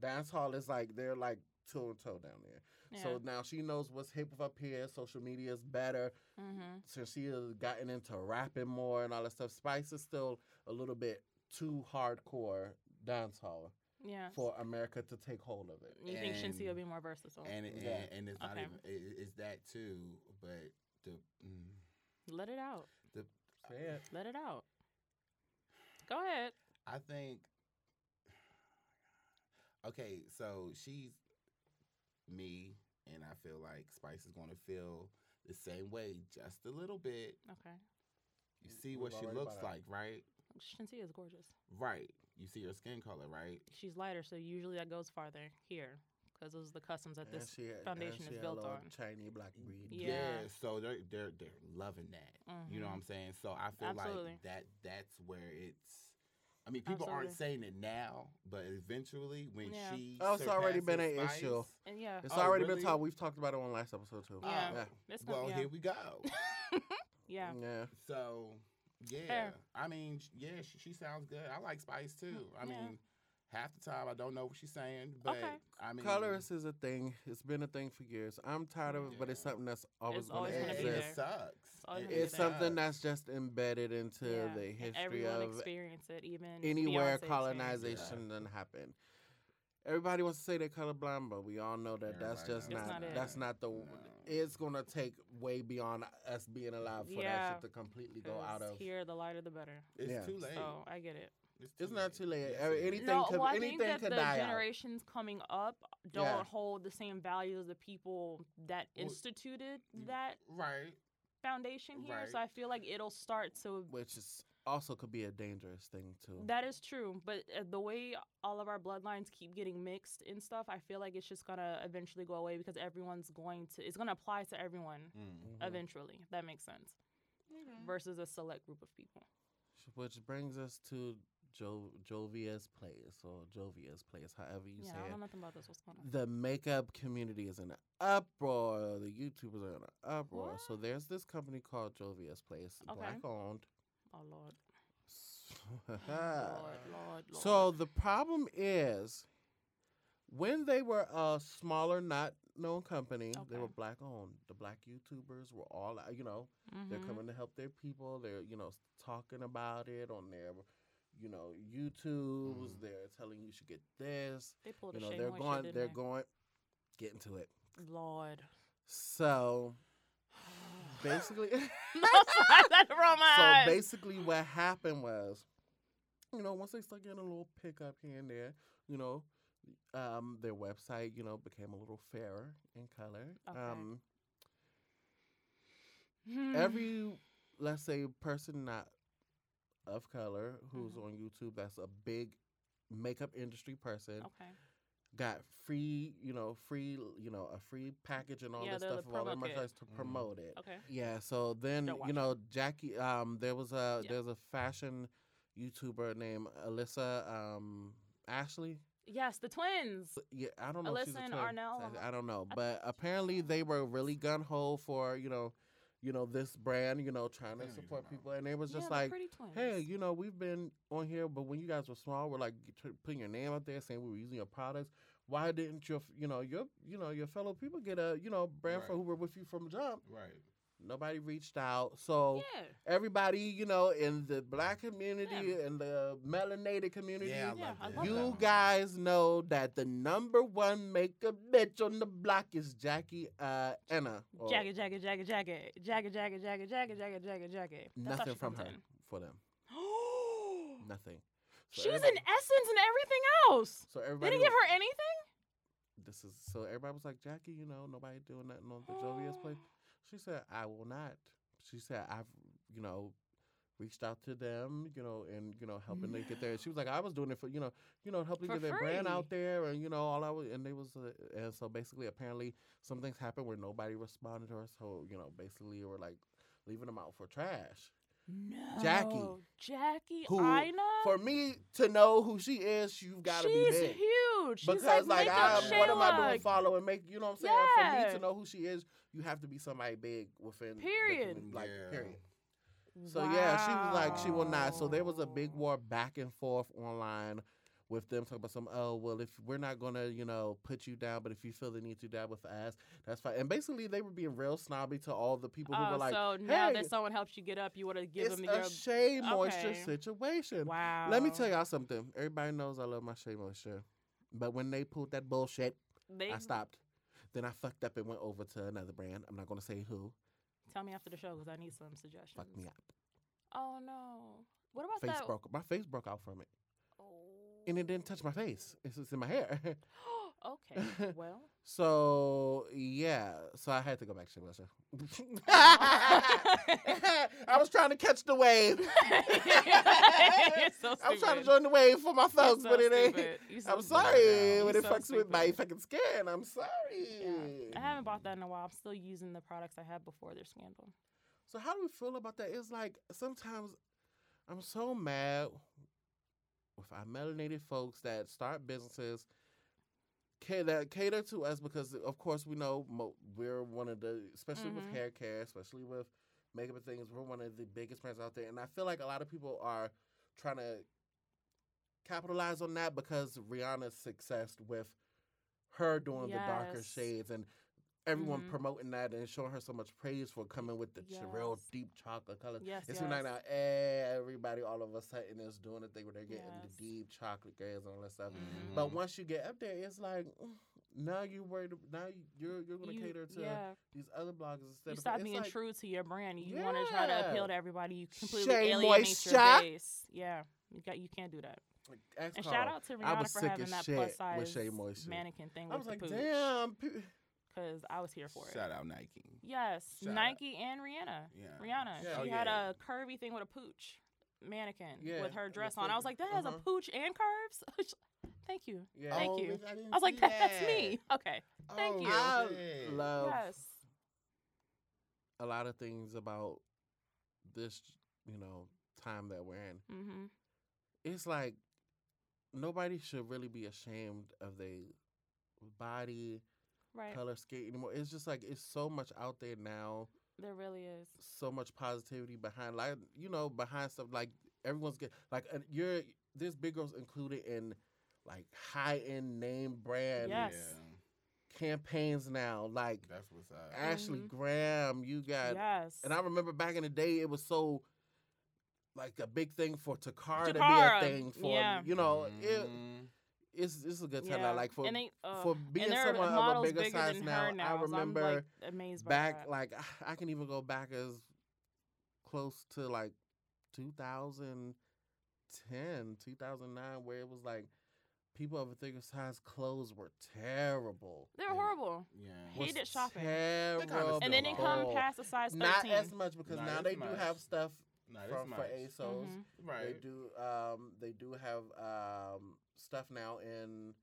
B: Dance hall is like they're like toe and toe down there.
A: Yeah.
B: So now she knows what's hip with her peers. Social media is better.
A: mm-hmm.
B: So she has gotten into rapping more and all that stuff. Spice is still a little bit too hardcore dance hall
A: Yeah.
B: for America to take hold of it.
A: you think Shinsia will
C: and-
A: be more versatile?
C: and and,
B: Yeah.
C: and it's not
A: Okay.
C: even it, it's that too, but the mm,
A: Let it out.
B: Say it.
A: Let it out. Go ahead.
C: I think. Okay, so she's me, and I feel like Spice is going to feel the same way just a little bit.
A: Okay.
C: Mm, You see
B: We've
C: what she
B: already
C: looks
B: bought it.
C: like, right?
A: Shinsia is gorgeous.
C: Right. You see her skin color, right?
A: She's lighter, so usually that goes farther here because those are the customs that
B: And
A: this.
B: she- and
A: foundation is
B: she a
A: built
B: little
A: on.
B: Chinese black breed.
A: Yeah.
C: So they're they're they're loving that. You know what
A: Mhm.
C: I'm saying? So I feel
A: Absolutely.
C: like that that's where it's. I mean, people aren't saying it now, but eventually when
A: Yeah.
C: she.
B: Oh, it's already been
C: surpasses
B: an
C: Spice-
B: issue.
A: Mm-hmm. And yeah.
B: It's
C: Oh,
B: already
C: really?
B: been taught. We've talked about it on last episode too.
A: Yeah.
C: Oh,
A: It's gonna-
C: well,
A: yeah.
C: here we go.
A: yeah.
B: Yeah.
C: So yeah,
A: Fair.
C: I mean, sh- yeah, she, she sounds good. I like Spice too. I
A: Mm, yeah.
C: mean, half the time I don't know what she's saying, but
A: Okay.
C: I mean,
B: Colorist is a thing. It's been a thing for years. I'm tired of it, but it's
C: Yeah.
B: something that's always
A: It's always
B: going
C: it,
B: to
A: gonna be
B: exist.
C: it
A: there.
C: sucks.
A: It's always gonna
C: It-
A: be
C: it
B: It's something
C: sucks.
B: that's just embedded into
A: Yeah,
B: the
A: and
B: history
A: Everyone
B: of
A: experience it, even
B: anywhere
A: Beyonce experienced it.
B: colonization done happened. Everybody wants to say they're colorblind, but we all know that that's
C: Everybody
B: just
A: knows
B: not,
A: that.
B: that's not the.
C: No.
B: It's gonna take way beyond us being alive for
A: Yeah,
B: that shit to completely go out
A: 'Cause
B: of.
A: here, the lighter the better.
C: It's
B: Yeah.
C: too late.
A: So I get it.
B: It's not too late.
C: Yes,
B: Er,
C: it is.
B: anything
A: no,
B: could-
A: well, I
B: anything
A: think that
B: could
A: the
B: die out.
A: generations coming up don't
B: Yeah.
A: hold the same values as the people that
C: Well,
A: instituted
C: you-
A: that
C: Right.
A: foundation here. So
C: right.
A: I feel like it'll start to.
B: which is also could be a dangerous thing too.
A: That is true, but uh, the way all of our bloodlines keep getting mixed and stuff, I feel like it's just gonna eventually go away because everyone's going to. It's gonna apply to everyone
B: Mhm.
A: eventually. if That makes sense. Versus a select group of people.
B: Which brings us to jo- Jovia's place or Jovia's place, however you
A: yeah,
B: say
A: I
B: it.
A: don't know nothing about this. What's going on?
B: the makeup community is in an uproar. The YouTubers are in an uproar. So there's this company called Jovia's Place,
A: Okay.
B: black owned. Mm-hmm.
A: Oh Lord,
B: so Ah.
A: Lord, Lord, Lord.
B: the problem is when they were a smaller, not known company, they
A: Okay.
B: were black owned. The black YouTubers were all, uh, you know,
A: Mhm.
B: they're coming to help their people. They're, you know, talking about it on their, you know, YouTubes.
C: Mhm.
B: They're telling you should get this.
A: They pulled
B: you
A: Mm-hmm. a
B: know,
A: Shane
B: they're
A: Moyes
B: going,
A: shit, didn't
B: they're
A: they?
B: going, get into it.
A: Lord.
B: So basically,
A: no, sorry, that's wrong. My
B: so
A: eyes.
B: basically, what happened was, you know, once they start getting a little pickup here and there, you know, um, their website, you know, became a little fairer in color.
A: Okay.
B: Um,
A: Hmm.
B: every, let's say, person not of color who's
A: Mhm.
B: on YouTube that's a big makeup industry person
A: Okay.
B: got free, you know, free, you know, a free package and all
A: Yeah,
B: this
A: they're the
B: stuff of all their
A: promo kit.
B: merchandise to
C: Mhm.
B: promote it.
A: Okay.
B: Yeah, so then
A: Don't watch
B: you
A: it.
B: know Jackie. Um, there was a
A: Yeah.
B: there's a fashion YouTuber named Alyssa um Ashley.
A: Yes, the twins.
B: Yeah, I don't know. if she's a
A: Alyssa and
B: twin.
A: Arnell,
B: So I-
A: uh-huh.
B: I don't know,
A: I
B: but apparently they were really gun ho for you know, you know this brand. You know, trying
C: I know
B: to
C: you're
B: support
C: talking
B: people,
C: about.
B: and it was
A: yeah,
B: just
A: the
B: like.
A: pretty twins.
B: Hey, you know we've been on here, but when you guys were small, we're like tr- putting your name out there, saying we were using your products. Why didn't your, you know, your, you know, your fellow people get a, you know, brand for
C: Right.
B: who were with you from jump?
C: Right.
B: Nobody reached out, so
A: yeah.
B: everybody, you know, in the black community and the melanated community,
C: Yeah, I
A: Yeah,
C: love
A: I
C: that.
A: love
B: you
A: that
B: guys know that the number one makeup bitch on the block is Jackie uh, Anna. or
A: Jagged, jagged, jagged, jagged, jagged, jagged, jagged, jagged, jagged, jagged, jagged. That's how
B: Nothing
A: she
B: from
A: comes
B: her
A: in.
B: for them. Nothing. So
A: she was in
B: everybody-
A: Essence and everything else.
B: So
A: They
B: everybody.
A: didn't give
B: was-
A: her anything.
B: This is so everybody was like Jackie. You know, nobody doing nothing on the Jovia's place. She said, "I will not." She said, "I've, you know." Reached out to them, you know, and you know, helping them get there. She was like, I was doing it for you know, you know, helping
A: For
B: get their brand out
A: free.
B: there, and you know, all I was, and they was, uh, and so basically, apparently, some things happened where nobody responded to her. So you know, basically, we're like leaving them out for trash.
A: No.
B: Jackie.
A: Jackie
B: Who-
A: Ina.
B: For me to know who she is, you've got to be
A: Uh, She's
B: big.
A: huge. She's
B: Because
A: like,
B: like,
A: Makeup
B: I,
A: Shayla.
B: what am I doing? Following make you know what I'm saying? For
A: Yeah.
B: me to know who she is, you have to be somebody big within. the
A: Period.
B: commu- like
C: Mm, Yeah.
B: period. So yeah, she was like she will not. So there was a big
A: Wow.
B: war back and forth online with them talking about some. Oh well, if we're not gonna you know put you down, but if you feel the need to down with us, that's fine. And basically they were being real snobby to all the people who
A: Oh,
B: were like,
A: so now
B: "Hey,
A: that someone helps you get up, you want to give
B: it's
A: them
B: a
A: your
B: shea moisture
A: Okay.
B: situation.
A: wow.
B: Let me tell y'all something. Everybody knows I love my shea moisture, but when they pulled that bullshit.
A: They
B: I stopped. Then I fucked up and went over to another brand. I'm not gonna say who.
A: Tell me after the show because I need some suggestions.
B: Fucked me up.
A: Oh no. What about
B: Face
A: that?
B: broke. My face broke out from it,
A: Oh.
B: and it didn't touch my face. It's just in my hair.
A: okay. Well.
B: so yeah. So I had to go back to Russia. I was trying to catch the wave.
A: You're so
B: I'm trying to
A: stupid.
B: join the wave for my
A: You're
B: folks,
A: so
B: but it ain't.
A: stupid. You're so
B: I'm
A: stupid.
B: sorry
A: You're
B: when it
A: so
B: fucking fucks with my
A: stupid.
B: fucking skin. I'm sorry.
A: I haven't bought that in a while. I'm still using the products I had before their scandal.
B: So how do we feel about that? It's like sometimes I'm so mad with our melanated folks that start businesses ca- that cater to us because of course we know mo- we're one of the especially
A: Mhm.
B: with hair care, especially with makeup and things, we're one of the biggest brands out there, and I feel like a lot of people are trying to capitalize on that because Rihanna's success with her doing the darker
A: Yes.
B: shades and everyone
A: Mhm.
B: promoting that and showing her so much praise for coming with the ch- real
A: Yes.
B: deep chocolate colors.
A: Yes,
B: It
A: yes.
B: seems like now everybody all of a sudden is doing the thing where they're getting
A: Yes.
B: the deep chocolate grays and all that stuff.
C: Mm-hmm.
A: Mhm.
B: But once you get up there, it's like mm, now you're worried. Now you're you're going to
A: You-
B: cater to
A: yeah.
B: these other bloggers instead
A: You
B: of
A: stop
B: it's
A: being
B: like,
A: true to your brand. You want to try
B: Yeah.
A: to appeal to everybody. You completely
B: Shea
A: alienate
B: Moisture.
A: your base. Yeah, you got you can't do that.
B: like, ask
A: And
B: Carla.
A: shout out to
B: Oh, I
A: Rihanna
B: was
A: for
B: sick
A: having
B: as
A: that
B: shit
A: plus
B: with
A: size
B: Shea Moisture.
A: mannequin thing
B: I
A: with
B: was
A: the
B: like,
A: pooch.
B: damn. pe-
A: Because I was here for it.
C: Shout out Nike.
A: Yes,
C: Shout out.
A: Nike and Rihanna.
C: Yeah.
A: Rihanna,
B: Yeah.
A: she
C: Oh,
A: had
C: yeah.
A: a curvy thing with a pooch mannequin
B: Yeah,
A: with her
B: with
A: dress on. I was
B: the-
A: like, that has
B: uh-huh.
A: a pooch and curves. She's like, Thank you.
B: Yeah.
A: Thank
C: Oh,
A: you.
C: bitch, didn't
A: I was like,
C: see
A: that, that's
C: that.
A: me. Okay. Thank
C: Oh,
A: you.
B: I
C: shit.
B: love
A: Yes.
B: a lot of things about this, you know, time that we're in.
A: Mm-hmm.
B: It's like nobody should really be ashamed of their body,
A: Right.
B: color, skin anymore. It's just like it's so much out there now,
A: There really is.
B: so much positivity behind, like you know, behind stuff like everyone's get like uh, you're there's big girls included in like high end name brand
A: Yes.
B: campaigns now, like.
C: That's what's up.
B: Ashley
A: Mhm.
B: Graham, you got
A: yes.
B: And I remember back in the day, it was so like a big thing for
A: Takara,
B: Takara, to be a thing for
A: yeah.
B: you know. It,
C: Mhm.
B: it's it's a good time.
A: Yeah.
B: now. Like for
A: and they, uh,
B: for being
A: and there are
B: someone of a
A: models
B: bigger
A: bigger
B: size
A: than
B: now,
A: her now.
B: I
A: so I'm, like,
B: remember
A: amazed by
B: back
A: that.
B: like I- I can even go back as close to like 2010, 2009, where it was like people of a thicker size clothes were terrible.
A: They're horrible.
C: Yeah.
B: Was
A: Hated shopping.
C: kinda still
B: Terrible.
A: And then it come
C: Oh,
A: past a size 13.
B: Not as much because
C: Not
B: now
C: as
B: they do
C: much.
B: have stuff
C: Nah, this
B: from,
C: much.
B: for ASOS.
A: Mhm.
C: Right.
B: They do um they do have um stuff now in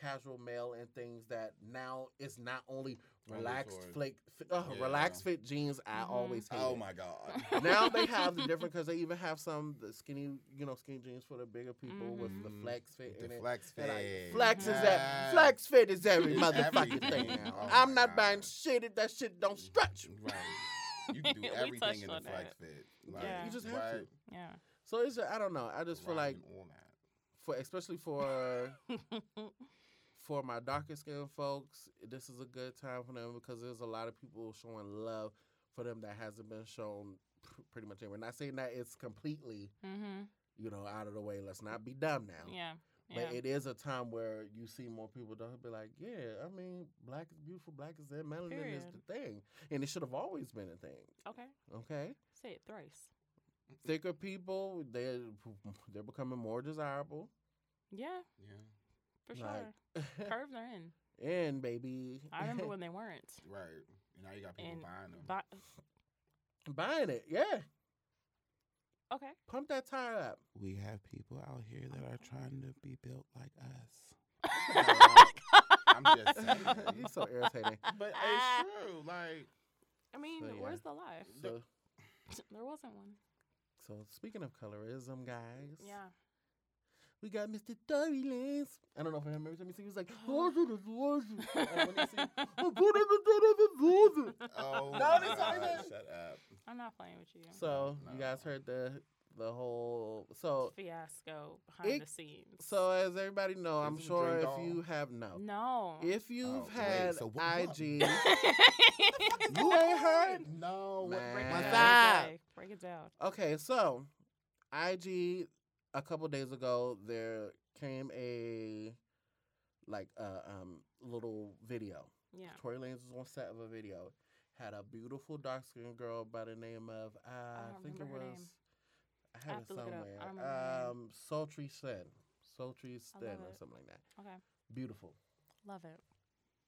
B: casual mail and things that now it's not only
C: Only
B: relaxed
C: towards-
B: flake fi- uh,
C: Yeah.
B: relaxed fit jeans I
A: Mhm.
B: always hate.
C: Oh my god.
B: now they have the different because they even have some the skinny you know skinny jeans for the bigger people with the
C: Mhm.
B: flex fit in
C: the
B: it.
C: flex
B: They're
C: fit.
B: like, flex is that
C: Yeah.
B: flex fit is every
C: It's
B: motherfucking
C: everything.
B: thing now.
C: Oh
B: I'm
C: my
B: not
C: God. Mm-hmm.
B: buying shit if that shit don't stretch.
C: Right. You can
A: We
C: do everything
A: touched
C: in the
A: on
C: flex
A: that.
C: fit.
A: Yeah. You
B: just have to.
C: right,
A: Yeah.
B: So it's just, I don't know. I just feel like
C: riding on that.
B: for especially for for my darker skinned folks, this is a good time for them because there's a lot of people showing love for them that hasn't been shown pr- pretty much anywhere. Not saying that it's completely,
A: Mm-hmm.
B: you know, out of the way. Let's not be dumb now.
A: Yeah. Yeah.
B: But it is a time where you see more people that be like, yeah, I mean, black is beautiful, black is there, melanin is
A: Period.
B: the thing. And it should have always been a thing,
A: okay.
B: okay?
A: Say it thrice.
B: Thicker people, they're, they're becoming more desirable.
A: Yeah,
C: Yeah.
A: for
B: Like-
A: sure. Curves are in.
B: and baby.
A: I remember when they weren't.
C: Right. And now you got people
A: And
C: buying them.
A: But,
B: buying it. Yeah.
A: okay.
B: Pump that tire up.
C: we have people out here that are trying to be built like us. I'm just saying.
B: You're so irritating.
C: But it's true. Like,
A: I mean,
B: So, yeah.
A: where's the life?
B: So,
A: There wasn't one.
B: so speaking of colorism, guys.
A: Yeah.
B: We got Mr. Tory Lanez. I don't know if I remember every time you see, he was like, "Oh, do this, oh, do this." And when he sing, "Oh, do this, do this, do this."
C: oh,
B: No,
C: my
B: this
C: God,
B: ain't it.
C: shut up.
A: I'm not playing with you.
B: So
C: No.
B: you guys heard the the whole. So
A: Fiasco behind
B: It-
A: the scenes.
B: so as everybody know, I'm
C: Is it
B: sure
C: Drake
B: if
C: Doll? Oh,
B: you have no,
A: no.
B: if you've
C: wait,
B: had
C: so what- what?
B: IG, you ain't heard.
C: No.
B: Man.
A: break, it
B: What's
A: down.
B: up?
A: Okay, break it down.
B: Okay, so IG a couple days ago there came a like a um little video.
A: Yeah.
B: Tory Lanez was on set of a video. Had a beautiful dark skinned girl by the name of uh, I,
A: don't
B: think it
A: remember her
B: was
A: name.
B: I had
A: have
B: it
A: to look it up. I don't
B: somewhere.
A: remember her
B: um Sultry Sin. Sultry
A: I
B: Sin
A: love
B: or
A: it.
B: something like that.
A: Okay.
B: Beautiful.
A: Love it.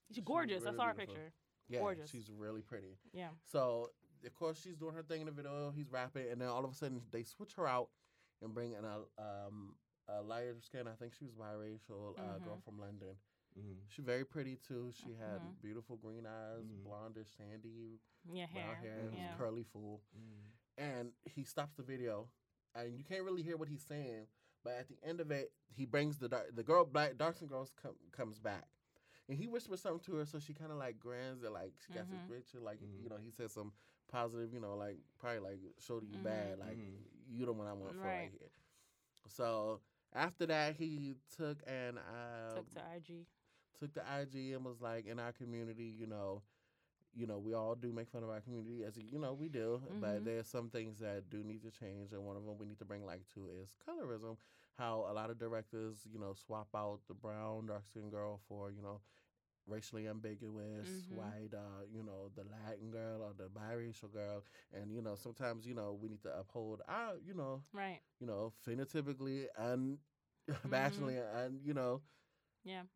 A: She's
B: She's
A: gorgeous.
B: really
A: I saw her
B: beautiful.
A: picture.
B: Yeah,
A: Gorgeous.
B: she's really pretty.
A: Yeah.
B: So of course she's doing her thing in the video. He's rapping, and then all of a sudden they switch her out and bring in a um a lighter skin. I think she was biracial. Uh, girl
A: Mhm.
B: from London.
C: Mm.
B: She's very pretty too. She had
A: Mhm.
B: beautiful green eyes,
C: Mhm.
B: blondish, sandy
A: Yeah. Hair.
B: brown hair, and
A: Yeah.
B: was curly fool.
C: Mm.
B: And he stops the video, and you can't really hear what he's saying. But at the end of it, he brings the dark, the girl black dark skin girls com- comes back. And he whispers something to her, so she kind of like grins and like she got
A: Mhm.
B: some picture, like
C: Mhm.
B: you know he said some positive, you know like probably like shoulder you
A: Mhm.
B: bad, like
C: Mhm.
B: you the one I want for right
A: Right.
B: here. So After that, he took and uh,
A: Took to IG.
B: took the IG and was like, in our community, you know, you know, we all do make fun of our community as you know we do, but
A: Mhm.
B: there's some things that do need to change, and one of them we need to bring light to is colorism. How a lot of directors, you know, swap out the brown dark skinned girl for you know racially ambiguous
A: Mhm.
B: white, uh, you know, the Latin girl or the biracial girl, and you know sometimes you know we need to uphold our you know
A: Right.
B: you know phenotypically and fashionally and you know
A: Mm-hmm. Yeah.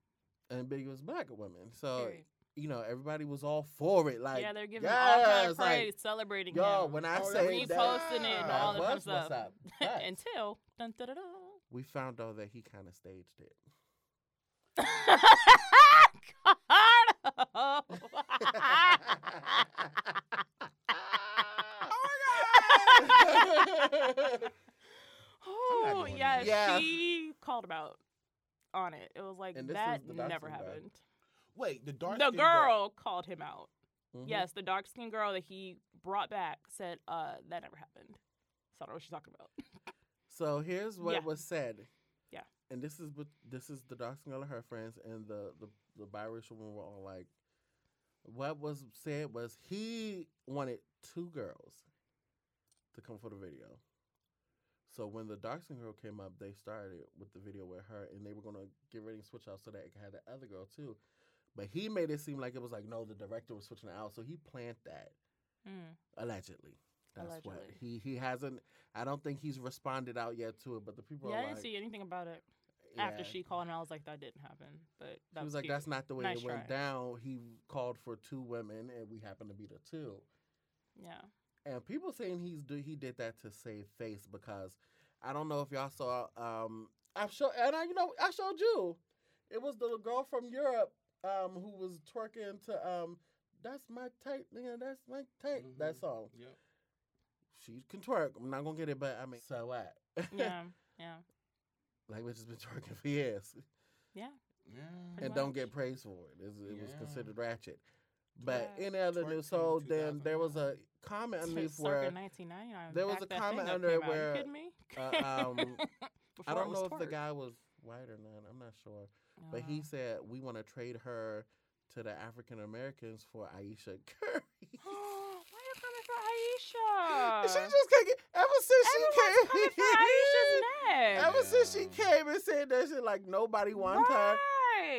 B: ambiguous black women. So
A: Period.
B: you know, everybody was all for it. Like,
A: yeah, they're giving all kind
B: yes,
A: of
B: like,
A: praise, celebrating
B: Yo,
A: him.
B: when I
C: Oh,
B: say
A: reposting
B: that,
A: it and all
B: that
A: that fun
B: was what's
A: stuff.
B: up. But
A: Until dun, dun, dun,
B: we found out that he kind of staged it.
A: dun. Cardo.
C: not
A: oh
C: doing
A: yeah,
C: that.
B: Yeah.
A: she called him out on it. It was like
B: And this
A: that
B: was the dark
A: never
B: skin guy.
A: happened.
C: Wait, the dark
A: The
C: skin
A: girl called him out.
B: Mhm.
A: Yes, the dark skinned girl that he brought back said, uh, that never happened. So I don't know what she's talking about.
B: So here's what
A: Yeah.
B: was said.
A: Yeah.
B: And this is but this is the dark skin girl and her friends and the the the biracial woman were all like, what was said was he wanted two girls to come for the video. So when the dark skin girl came up, they started with the video with her, and they were gonna get ready and switch out so that it had the other girl too. But he made it seem like it was like no, the director was switching out, so he planned that
A: Hmm.
B: allegedly. That's what
A: Allegedly.
B: he he hasn't. I don't think he's responded out yet to it, but the people
A: Yeah,
B: are
A: I
B: like,
A: didn't see anything about it
B: yeah.
A: after she called, and I was like, that didn't happen. But that
B: He was like,
A: cute.
B: that's not the way
A: Nice
B: it went
A: try.
B: down. He called for two women, and we happened to be the two.
A: yeah.
B: And people saying he's do he did that to save face because I don't know if y'all saw. Um, I'm sure, and I you know I showed you. It was the girl from Europe um, who was twerking to um, "That's My Type," nigga. That's my type. That
A: Mm-hmm.
C: Mhm.
B: song.
C: Yep.
B: She can twerk. I'm not gonna get it, but I mean, so what?
A: Yeah. Yeah.
B: like which has been twerking for years
C: Yeah.
A: Pretty
B: and don't
A: much.
B: get praised for it. It's, it was
C: Yeah.
B: considered ratchet. But
A: Yeah.
B: any other
C: Twerk
B: news?
C: King
B: So then there was a
C: 2009.
B: comment underneath
A: circa
B: where
A: 1999.
B: there was
A: back
B: a
A: that thing
B: comment
A: up
B: under
A: came
B: it
A: out. You
B: where,
A: kidding me?
B: uh, um, I
A: Before it
B: don't
A: was
B: know if the
A: twerk.
B: guy was white or not. I'm not sure. But he
A: Uh,
B: said we want to trade her to the African Americans for Aisha Curry.
A: why you coming for Aisha?
B: she just can't get ever since
A: Uh. Everyone's
B: she
A: coming
B: came.
A: for Aisha's neck.
B: ever since she
C: Yeah.
B: came and said that shit, like nobody wants her.
A: Right.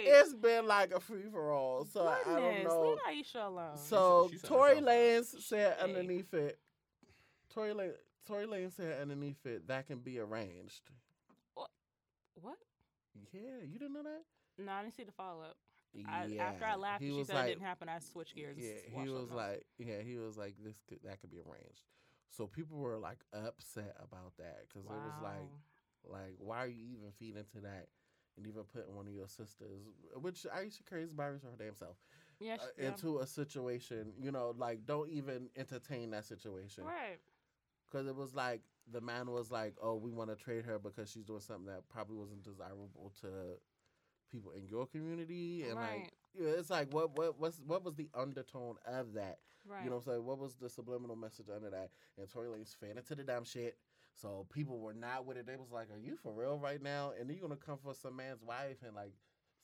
B: It's been like a free for all. So I- I don't
A: Goodness,
B: know.
A: Leave Aisha alone.
B: So
C: she said
B: Tory
C: herself.
B: Lanez said
A: Hey.
B: underneath it. Tory Lane, Tory Lanez said underneath it that can be arranged.
A: what?
B: Yeah, you didn't know that.
A: No, I didn't see the follow up. I After I laughed,
B: he
A: and she
B: was
A: said
B: like,
A: it didn't happen. I switched gears. and s-
B: Yeah, he
A: watched
B: was
A: something else.
B: like, yeah, he was like, this could that could be arranged. So people were like upset about that because it was like,
A: Wow.
B: like, why are you even feeding into that and even putting one of your sisters, which Aisha Curry's biracial her damn self,
A: yeah,
B: uh,
A: she- yeah.
B: into a situation? You know, like, don't even entertain that situation.
A: right.
B: Because it was like the man was like, "Oh, we want to trade her because she's doing something that probably wasn't desirable to people in your community." And like,
A: Right.
B: you know, it's like, what, what, what's, what was the undertone of that?
A: Right.
B: You know, what I'm saying, what was the subliminal message under that? And Tory Lane's fan into the dumb shit. So people were not with it. They was like, "Are you for real right now?" And then you're gonna come for some man's wife and like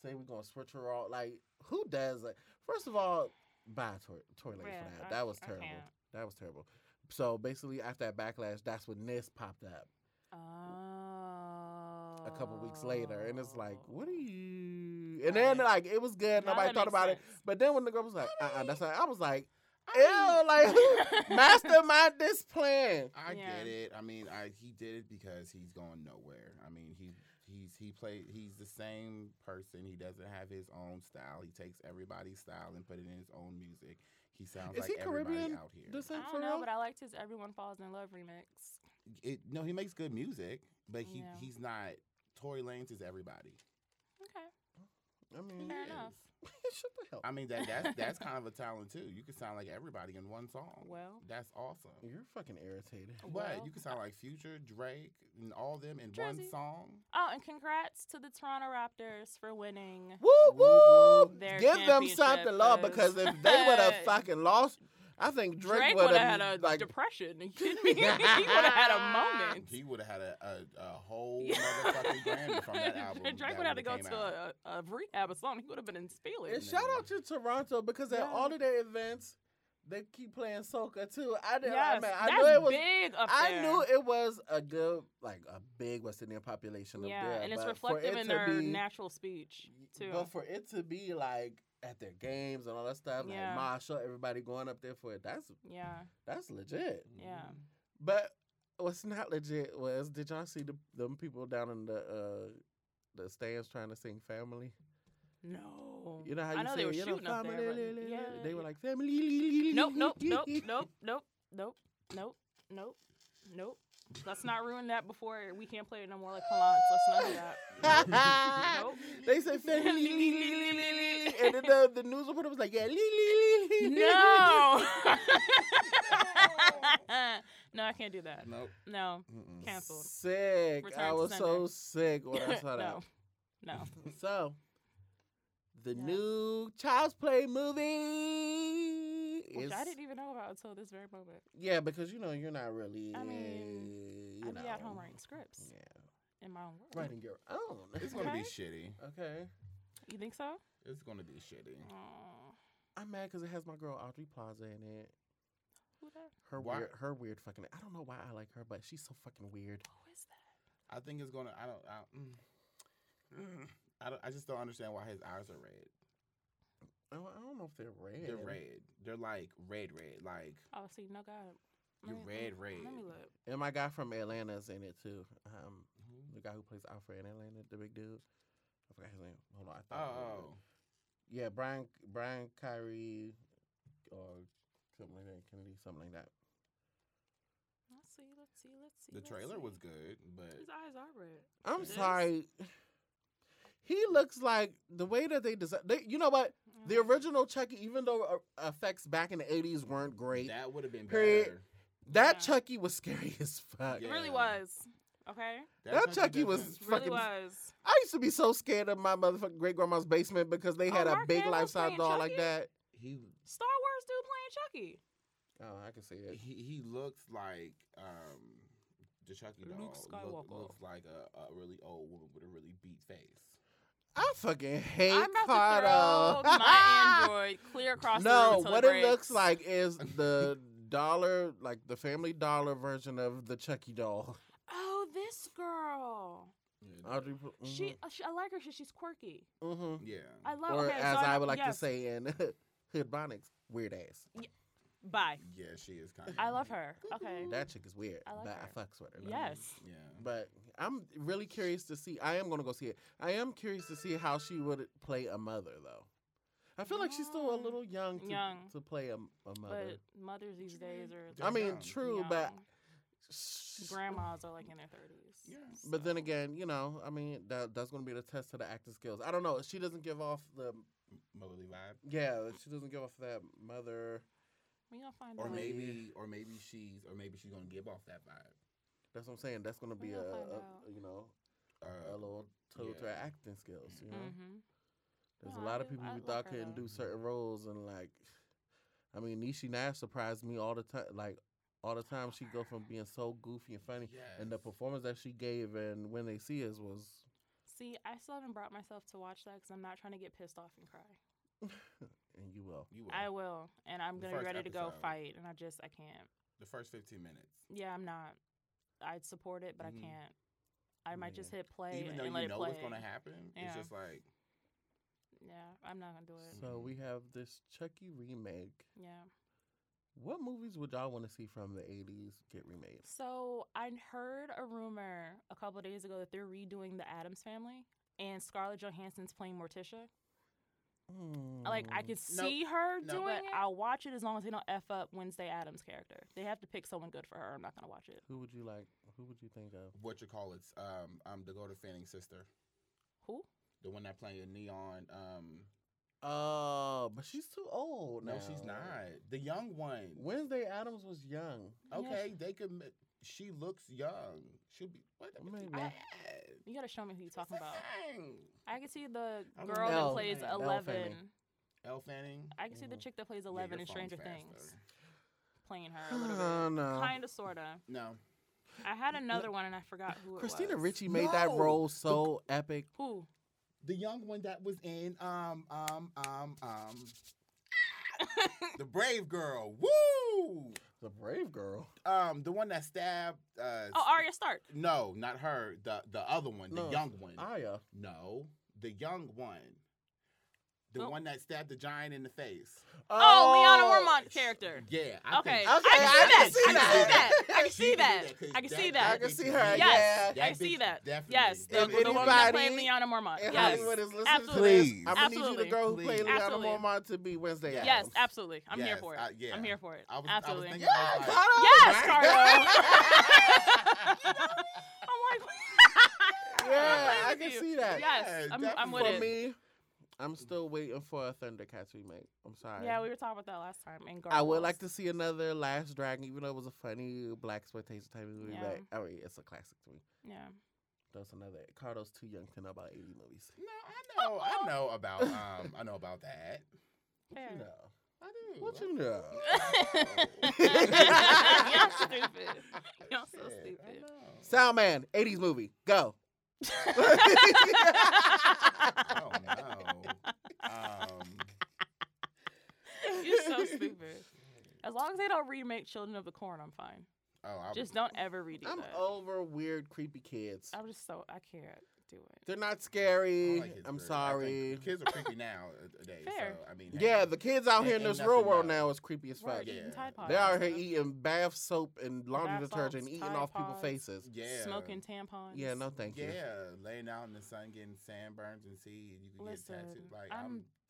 B: say we're gonna switch her off. Like, who does that? First of all, bye Tory, Tory Lane
A: Yeah,
B: for that.
A: I-
B: that was
A: I
B: terrible.
A: can't.
B: That was terrible. So basically, after that backlash, that's when this popped up
A: Oh.
B: a couple weeks later, and it's like, what are you? And then
A: Right.
B: like it was good,
A: Oh. Now
B: nobody
A: that
B: thought
A: makes
B: about it.
A: sense.
B: But then when the girl was like, uh-uh, that's not, I was like,
A: I
B: ew, like who mastermind this plan?
C: I
A: Yeah.
C: get it. I mean, I he did it because he's going nowhere. I mean, he he's he play he's the same person. He doesn't have his own style. He takes everybody's style and put it in his own music. He sounds
B: Is
C: like
B: he
C: everybody
B: Caribbean?
C: out here.
B: This
A: I
B: ain't for
A: don't know,
B: real.
A: but I liked his "Everyone Falls in Love" remix.
C: It, no, he makes good music, but he
A: Yeah.
C: he's not. Tory Lanez is everybody.
A: Okay,
B: I mean,
A: fair enough.
B: shut the hell.
C: I mean that that's that's kind of a talent too. You can sound like everybody in one song.
A: Well,
C: that's awesome.
B: You're fucking irritated.
C: What
A: well.
C: you can sound like Future, Drake, and all them in one
A: Drizzy.
C: song.
A: Oh, and congrats to the Toronto Raptors for winning.
B: Whoop whoop!
A: Their
B: Give them
A: championship
B: something, Lord,
A: is-
B: because if they would have fucking lost, I think Drake,
A: Drake
B: would
A: would
B: have
A: have had a
B: like,
A: depression. Are you kidding me? he would have had a moment.
C: He would have had a, a, a whole
A: Yeah.
C: motherfucking Grammy from that album.
A: Drake
C: that
A: would have to go
C: would've
A: to
C: came out.
A: a, a rehab or something. He would have been in
B: And
A: Steelers.
C: It's-
B: shout out to Toronto because at
A: Yeah.
B: all of their events, they keep playing soca too. I did. I,
A: Yes,
B: mean, I
A: that's
B: knew it was.
A: big up
B: I
A: there.
B: knew it was a good, like a big West Indian population up
A: Yeah,
B: there.
A: and it's
B: but for
A: reflective
B: it
A: in
B: to
A: their
B: be-
A: natural speech too.
B: But for it to be like at their games and all that stuff,
A: Yeah.
B: like Marsha, everybody going up there for it. That's
A: yeah,
B: that's legit.
C: Mm-hmm.
A: yeah.
B: But what's not legit was did y'all see the them people down in the uh the stands trying to sing family?
A: No.
B: You know how you
A: I know
B: say
A: they were
B: you know,
A: shooting up there.
B: family,
A: but-
B: li- li- li-
A: yeah,
B: they were
A: yeah.
B: like family. li- li- li-
A: Nope,
B: li-
A: nope,
B: li-
A: nope,
B: li-
A: nope, nope, nope, nope, nope, nope. Let's not ruin that before we can't play it no more like Kalance. Let's not do that. nope.
B: They say family, li- li- li- li- li- li- and then the, the news reporter was like, "Yeah, li- li- li- li- li-
A: No. no, I can't do that.
C: Nope.
A: No.
C: Mm-mm.
A: Canceled.
B: Sick.
A: Return
B: I
A: to
B: was so
A: sender.
B: sick when I saw that.
A: no. No.
B: So, the
A: Yeah.
B: new Child's Play movie
A: Which
B: is
A: I didn't even know about until this very moment.
B: yeah, because you know you're not really.
A: I mean,
B: uh, you
A: I'd be at
B: know,
A: home writing scripts
B: Yeah,
A: in my own world.
B: writing your own.
C: It's gonna be
A: Okay.
C: shitty.
B: okay.
A: You think so?
C: It's gonna be shitty.
A: Aw,
B: I'm mad because it has my girl Audrey Plaza in it.
A: who that?
B: Her
C: Why-
B: weird, her weird fucking. I don't know why I like her, but she's so fucking weird.
A: Who is that?
C: I think it's gonna. I don't. I, mm, mm. I don't. I just don't understand why his eyes are red.
B: I don't, I don't know if they're red.
C: They're red. They're like red, red. Like
A: Oh, see, no God.
C: You're
A: Let me- let me-
C: red,
A: Let
C: red.
A: me look.
B: And my guy from Atlanta's in it too. Um, the guy who plays Alfred in Atlanta, the big dude. I forgot his name. Hold on, I
C: oh,
B: thought. I knew it. Yeah, Brian Brian Kyrie or something like that, Kennedy, something like that.
A: Let's see. Let's see. Let's see.
C: the
A: let's
C: trailer
A: see.
C: was good, but
A: His eyes are red.
B: I'm
A: It is?
B: sorry. He looks like the way that they design. They, you know what? The
A: Mm.
B: original Chucky, even though uh, effects back in the '80s weren't great, that,
C: that would have been
B: Period.
C: better.
A: Yeah.
B: Chucky was scary as fuck.
A: It really
C: Yeah.
A: was. Okay.
B: That
C: Chucky
B: Chucky was
C: doesn't-
A: It
B: Fucking-
A: really was.
B: I used to be so scared of my motherfucking great grandma's basement because they
A: Oh,
B: had a
A: Mark
B: big
A: Hamill
B: life size
A: playing
B: doll
A: Chucky?
B: like that.
C: He
A: Star Wars dude playing Chucky.
B: Oh, I can see it.
C: he he looked like um the Chucky doll
A: Luke
C: look-
A: Skywalker.
C: looks like a, a really old woman with a really beat face.
B: I fucking hate
A: I'm about
B: Cardo.
A: to throw my Android clear across the
B: no,
A: room till
B: what
A: it,
B: it
A: breaks.
B: looks like is the dollar, like the Family Dollar version of the Chucky doll.
A: Oh, this girl.
B: Audrey, mm-hmm,
A: She, uh, she, I like her. She, she's quirky.
B: hmm
C: Yeah.
A: I love.
B: or
A: okay,
B: as
A: so
B: I would like to
A: yes.
B: say in Hood Bonics, weird ass.
A: Bye.
C: Yeah, she is kind of.
A: I love her. Okay.
B: That chick is weird,
A: Mm-hmm. I like
B: but
A: her.
B: I fucks with her. though.
A: Yes.
C: Yeah.
B: But I'm really curious to see. I am gonna go see it. I am curious to see how she would play a mother, though. I feel like she's still a
A: Mm,
B: little young to,
A: young.
B: to play a, a mother.
A: But mothers these days are.
B: I
C: They're
B: mean,
C: young.
B: true, but
A: young. grandmas are like in their thirties.
C: Yeah.
B: But then again, you know, I mean, that, that's going to be the test of the acting skills. I don't know. She doesn't give off the
C: Motherly vibe.
B: yeah. She doesn't give off that mother.
A: we gonna find
C: Or
A: out.
C: maybe, or maybe she's, or maybe she's gonna give off that vibe.
B: That's what I'm saying. That's going to be
A: We
B: a,
A: gonna find
B: a
A: out.
B: you know a
C: Uh,
B: little tool to her
C: Yeah.
B: acting skills. You know,
A: Mm-hmm.
B: there's
A: No,
B: a
A: I
B: lot of
A: do-
B: people
A: I
B: who
A: love
B: thought
A: her,
B: couldn't
A: though.
B: do certain roles, and like, I mean, Nishi Nash surprised me all the time. Like all the time, she go from being so goofy and funny, and the
C: yes.
B: performance that she gave, and when they see us was
A: See, I still haven't brought myself to watch that because I'm not trying to get pissed off and cry.
B: and you will.
C: You will.
A: I will, and I'm
C: The
A: gonna be
C: first
A: ready to go
C: episode.
A: fight, and I just I can't.
C: the first fifteen minutes.
A: Yeah, I'm not. I'd support it, but
C: Mhm.
A: I can't. I might just hit play
C: Even though
A: and let
C: you
A: it
C: know
A: play.
C: what's gonna happen,
A: Yeah.
C: it's just like
A: Yeah, I'm not gonna do it.
B: So
C: Mhm.
B: we have this Chucky remake.
A: Yeah.
B: What movies would y'all want to see from the 80s get remade?
A: So I heard a rumor a couple of days ago that they're redoing the Adams Family and Scarlett Johansson's playing Morticia. Like I
B: Mm.
C: Mm-hmm.
A: could see her
C: No.
A: doing it.
C: But-
A: I'll watch it as long as they don't f up Wednesday Adams' character. They have to pick someone good for her. I'm not gonna watch it.
B: Who would you like? Who would you think of?
C: what you call it's um um Dakota Fanning's sister,
A: Who?
C: the one that playing Neon. Um,
B: Oh, but she's too old.
C: no, she's
B: now.
C: not the young one.
B: Wednesday Adams was young.
A: Yeah,
C: Okay, they could. ma- She looks young. She'll be what? the-
B: Maybe.
C: Ah,
A: You gotta show me who you're talking
C: it's a
A: about.
C: thing.
A: I can see the
C: I don't
A: girl
B: know.
A: that plays
C: Elle. Elle
A: Eleven.
B: Fanning.
C: Elle Fanning.
A: I can see the
B: Mhm.
A: chick that plays
C: Mm. Yeah,
A: Eleven
C: your
A: in Stranger
C: phone's
A: Things.
C: faster.
A: playing her Uh, a little
B: Oh,
A: bit.
B: no.
A: Kind of, sort of.
C: No.
A: I had another one and I forgot who it
B: Christina
A: was.
B: Ricci made that
C: No.
B: role so epic.
A: Who? Oh,
C: The young one that was in um um um um The Brave Girl. Woo!
B: The brave girl.
C: Um the one that stabbed uh
A: Oh, Arya Stark.
C: No, not her. The the other one, the
B: No.
C: young one.
B: Aya.
C: No, the young one. The
A: Oh.
C: one that stabbed the giant in the face.
A: Oh, Leanna Ormond character.
C: Yeah. I
A: Okay.
C: Think,
A: I
B: Okay,
A: can see
B: I
A: that.
B: can see
A: I can see that. I can see that.
C: 'cause
A: I can see that.
B: I can
C: bitch
B: see
C: is
B: her,
C: evil.
A: Yes, I
B: yeah.
A: see
C: bitch
A: that.
C: definitely
A: Yes,
C: is
A: the,
B: If
A: the woman that
B: anybody
A: played Leanna Mormont.
B: And
A: Yes,
B: Hollywood is listening
A: absolutely.
B: to this. I'm gonna need you
A: Absolutely.
B: to go who played Leanna
A: Absolutely.
B: Mormont to be Wednesday.
C: Yes.
A: yes,
B: Addams.
A: absolutely. I'm here
C: Yes,
A: for it.
C: I- yeah.
A: I'm here for it.
C: I was,
A: absolutely.
C: I was thinking,
B: Yeah,
C: I was like,
B: cut up.
A: yes,
B: Right.
A: Cardo. I'm like,
B: Yeah,
A: I'm
B: I
A: with
B: can
A: you.
B: see that.
A: Yes,
C: Yeah,
A: I'm, I'm with
B: For
A: it.
B: me, I'm still waiting for a Thundercats remake. I'm sorry.
A: Yeah, we were talking about that last time. And
B: I would like to
A: Gargoyles.
B: see another Last Dragon, even though it was a funny black exploitation type movie.
A: Yeah.
B: But I mean, it's a classic to me.
A: Yeah.
B: That's another. Cardo's too young to know about 80 movies.
C: no, I know, I know about um, I know about that.
A: Fair.
B: You know.
C: I do.
B: What you know?
A: Y'all stupid. Y'all so
C: Shit, I
A: stupid.
C: know.
B: Soundman, 80s movie. Go.
C: Oh no. Um,
A: You're so stupid. As long as they don't remake Children of the Corn, I'm fine.
C: oh, I,
A: Just don't ever redo
B: I'm
A: that.
B: over weird, creepy kids.
A: I'm just so I can't do it.
B: They're not
C: I don't
B: scary.
C: like his
B: I'm
C: bird. I think
B: sorry.
C: Kids are creepy now uh, today.
A: Fair.
C: So, I mean,
B: Yeah,
C: hey.
B: the kids out
C: Ain't-
B: here in
C: ain't
B: this real
C: nothing
B: world
C: now.
B: now is creepy as
A: We're
B: fuck.
C: yeah.
A: eating Tide Pods.
B: They out
A: and
B: here
A: stuff.
B: eating bath soap and laundry
A: Bath
B: detergent,
A: salts,
B: eating
A: Tide
B: off
A: Pods.
B: people's faces.
C: Yeah.
A: smoking tampons.
B: Yeah, no, thank
C: yeah,
B: you.
C: laying out in the sun, getting sunburns and see, and you can
A: Listen,
C: get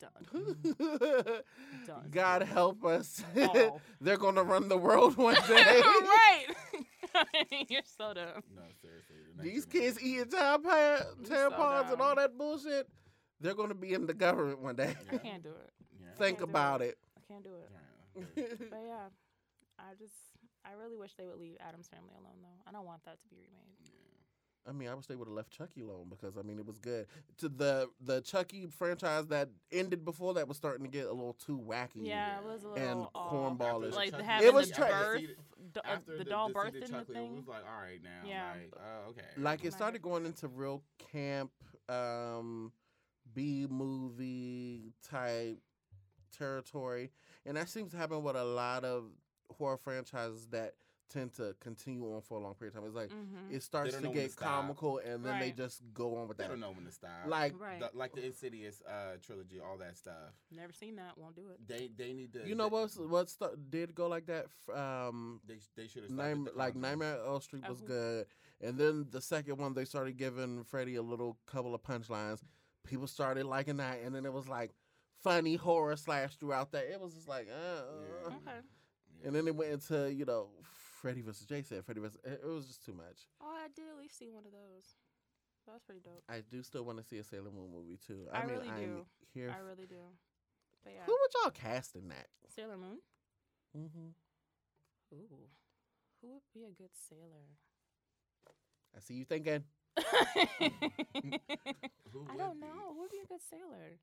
A: I'm,
C: tattooed. Like I'm,
A: done. Mm-hmm. Done.
B: God help us.
A: Oh.
B: They're going to run the world one day.
A: right. You're so dumb.
C: no seriously. the next
B: These
C: generation.
B: kids eating tampons,
A: so
B: tampons and all
A: dumb.
B: that bullshit. They're going to be in the government one day.
A: I
C: Yeah.
A: can't do it.
C: Yeah.
B: Think
A: do
B: about it.
A: I can't do it.
C: Yeah.
A: But yeah, I just I really wish they would leave Adam's family alone though. I don't want that to be remade.
B: I mean, I wish they would have left Chucky alone because I mean it was good. To the the Chucky franchise that ended before that was starting to get a little too wacky.
A: Yeah, it was a little
B: And
A: off.
B: cornball
C: After
B: is-
A: Like
C: Chucky-
A: having
B: It was
A: the
B: tra-
A: birth,
C: After
A: the, uh,
C: after
A: the doll
C: the
A: birth
C: defeated
A: in the
C: Chucky,
A: thing.
C: It was like, all right now.
A: Yeah.
C: Like, oh, okay.
B: Like
A: Right.
B: it started going into real camp, um, B movie type territory, and that seems to happen with a lot of horror franchises that tend to continue on for a long period of time. It's like
A: mm-hmm.
B: it starts
C: don't
B: to
C: know when
B: get
C: to stop.
B: comical, and then
A: Right.
B: they just go on with
C: they
B: that.
C: don't know when to stop.
B: Like
A: Right.
C: The- like the Insidious uh, trilogy, all that stuff.
A: Never seen that. Won't do it.
C: They they need to.
B: you know
C: they-
B: what's what st- did go like that? F- Um,
C: They they should have
B: Nightm- like Nightmare on Elm Street was
A: Oh.
B: good, and then the second one they started giving Freddy a little couple of punchlines. People started liking that, and then it was like funny horror slash throughout that. It was just like, uh,
C: Yeah.
A: Okay.
B: and then it went into you know Freddy versus Jason, Freddy versus. It it was just too much.
A: Oh, I did at least see one of those. That was pretty dope.
B: I do still want to see a Sailor Moon movie too.
A: I
B: I, mean,
A: really
B: I'm
A: do.
B: here.
A: I
B: f-
A: really do. But yeah,
B: Who would y'all cast in that?
A: Sailor Moon.
B: hmm
A: Ooh, who would be a good sailor?
B: I see you thinking.
A: I don't know. Who would be a good sailor?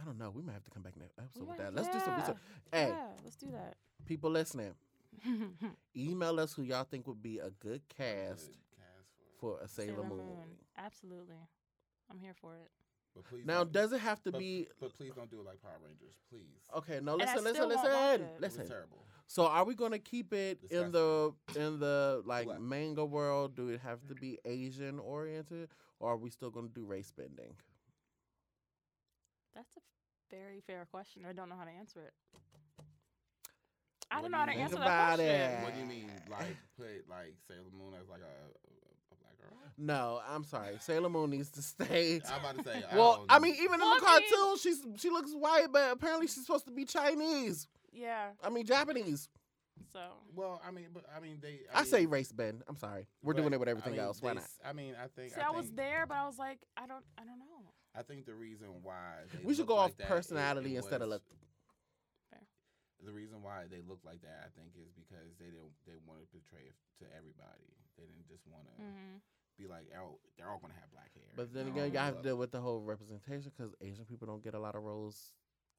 B: I don't know. We might have to come back next
A: We
B: episode with
A: might-
B: that. Let's do some
A: yeah,
B: research. Hey,
A: Yeah, let's do that.
B: people listening. email us who y'all think would be a good cast for a Sailor, Moon. movie.
A: Absolutely. I'm here for it.
C: But please
B: Now,
C: don't-
B: does it have to
C: but,
B: be
C: But please don't do it like Power Rangers, please.
B: okay? No,
A: And I
B: listen,
A: still
B: listen,
A: won't watch
B: listen,
A: it.
C: It was
B: Oh, listen.
C: terrible.
B: So, are we gonna keep it in the in the like
C: Black.
B: manga world? Do it have to be Asian oriented, or are we still gonna do race bending?
A: That's a very fair question. I don't know how to answer it. I
C: What
A: don't
C: do
A: know how
C: you
A: to
C: think
A: answer
B: about
A: that question.
C: What do you mean, like put like Sailor Moon as like a, a, a black girl?
B: No, I'm sorry. Sailor Moon needs to stay.
C: I'm about to say.
B: Well,
C: oh,
B: I mean, even in
A: Well,
B: the
A: I mean-
B: cartoon, she's she looks white, but apparently she's supposed to be Chinese.
A: Yeah.
B: I mean, Japanese.
A: So
C: Well, I mean, but I mean, they.
B: I,
C: mean,
B: say race bend. I'm sorry. We're
C: but,
B: doing it with
C: I
B: everything
C: mean,
B: else. Why
C: they
B: not?
C: s- I mean, I think.
A: see,
C: I,
A: I
C: think,
A: was there, but I was like, I don't, I don't know.
C: I think the reason why they
B: We should
C: look
B: go
C: like
B: off
C: that, it-
B: personality instead of
C: was-
A: Fair.
C: The reason why they look like that, I think, is because they didn't. They wanted to portray it to everybody. They didn't just want to
A: Mm-hmm.
C: be like, oh, they're all gonna have black hair.
B: But then
C: They're all
B: again, you
C: gonna
B: have to deal
C: look-
B: with the whole representation because Asian people don't get a lot of roles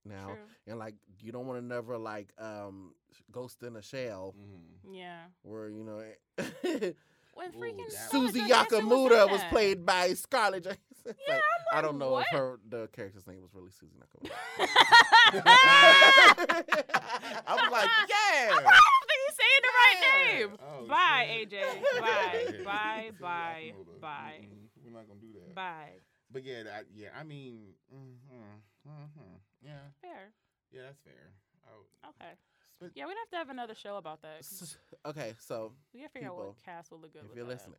B: now,
A: True.
B: and like you don't want another like um ghost in a shell
A: Mm.
C: Mm-hmm.
A: Yeah.
B: where you know eh,
A: When
C: Ooh,
A: freaking
C: that
A: Scarlett
B: Susie
A: Johansson
B: Yakamuta
A: in
B: was
A: that.
B: played by Scarlett Johansson. It's
A: Yeah,
B: like,
A: I'm
B: I
A: like,
B: don't know
A: what?
B: if her the character's name was really Susie Nakamura.
A: I
B: I'm like, yeah.
A: don't think he's saying the right name. Bye,
C: Oh,
A: AJ. Bye. Bye.
C: See,
A: Bye.
C: y'all can-
A: Bye.
C: Mm-mm. We're not gonna do that.
A: Bye.
C: But yeah, that, yeah. I mean, mm-hmm, mm-hmm. yeah,
A: Fair.
C: yeah. That's fair. I would-
A: Okay.
C: but
A: Yeah, we'd have to have another show about that. 'cause
B: S- Okay, so
A: We gotta figure out
B: people,
A: what cast will look good
B: if
A: with
B: you're
A: that.
B: listening,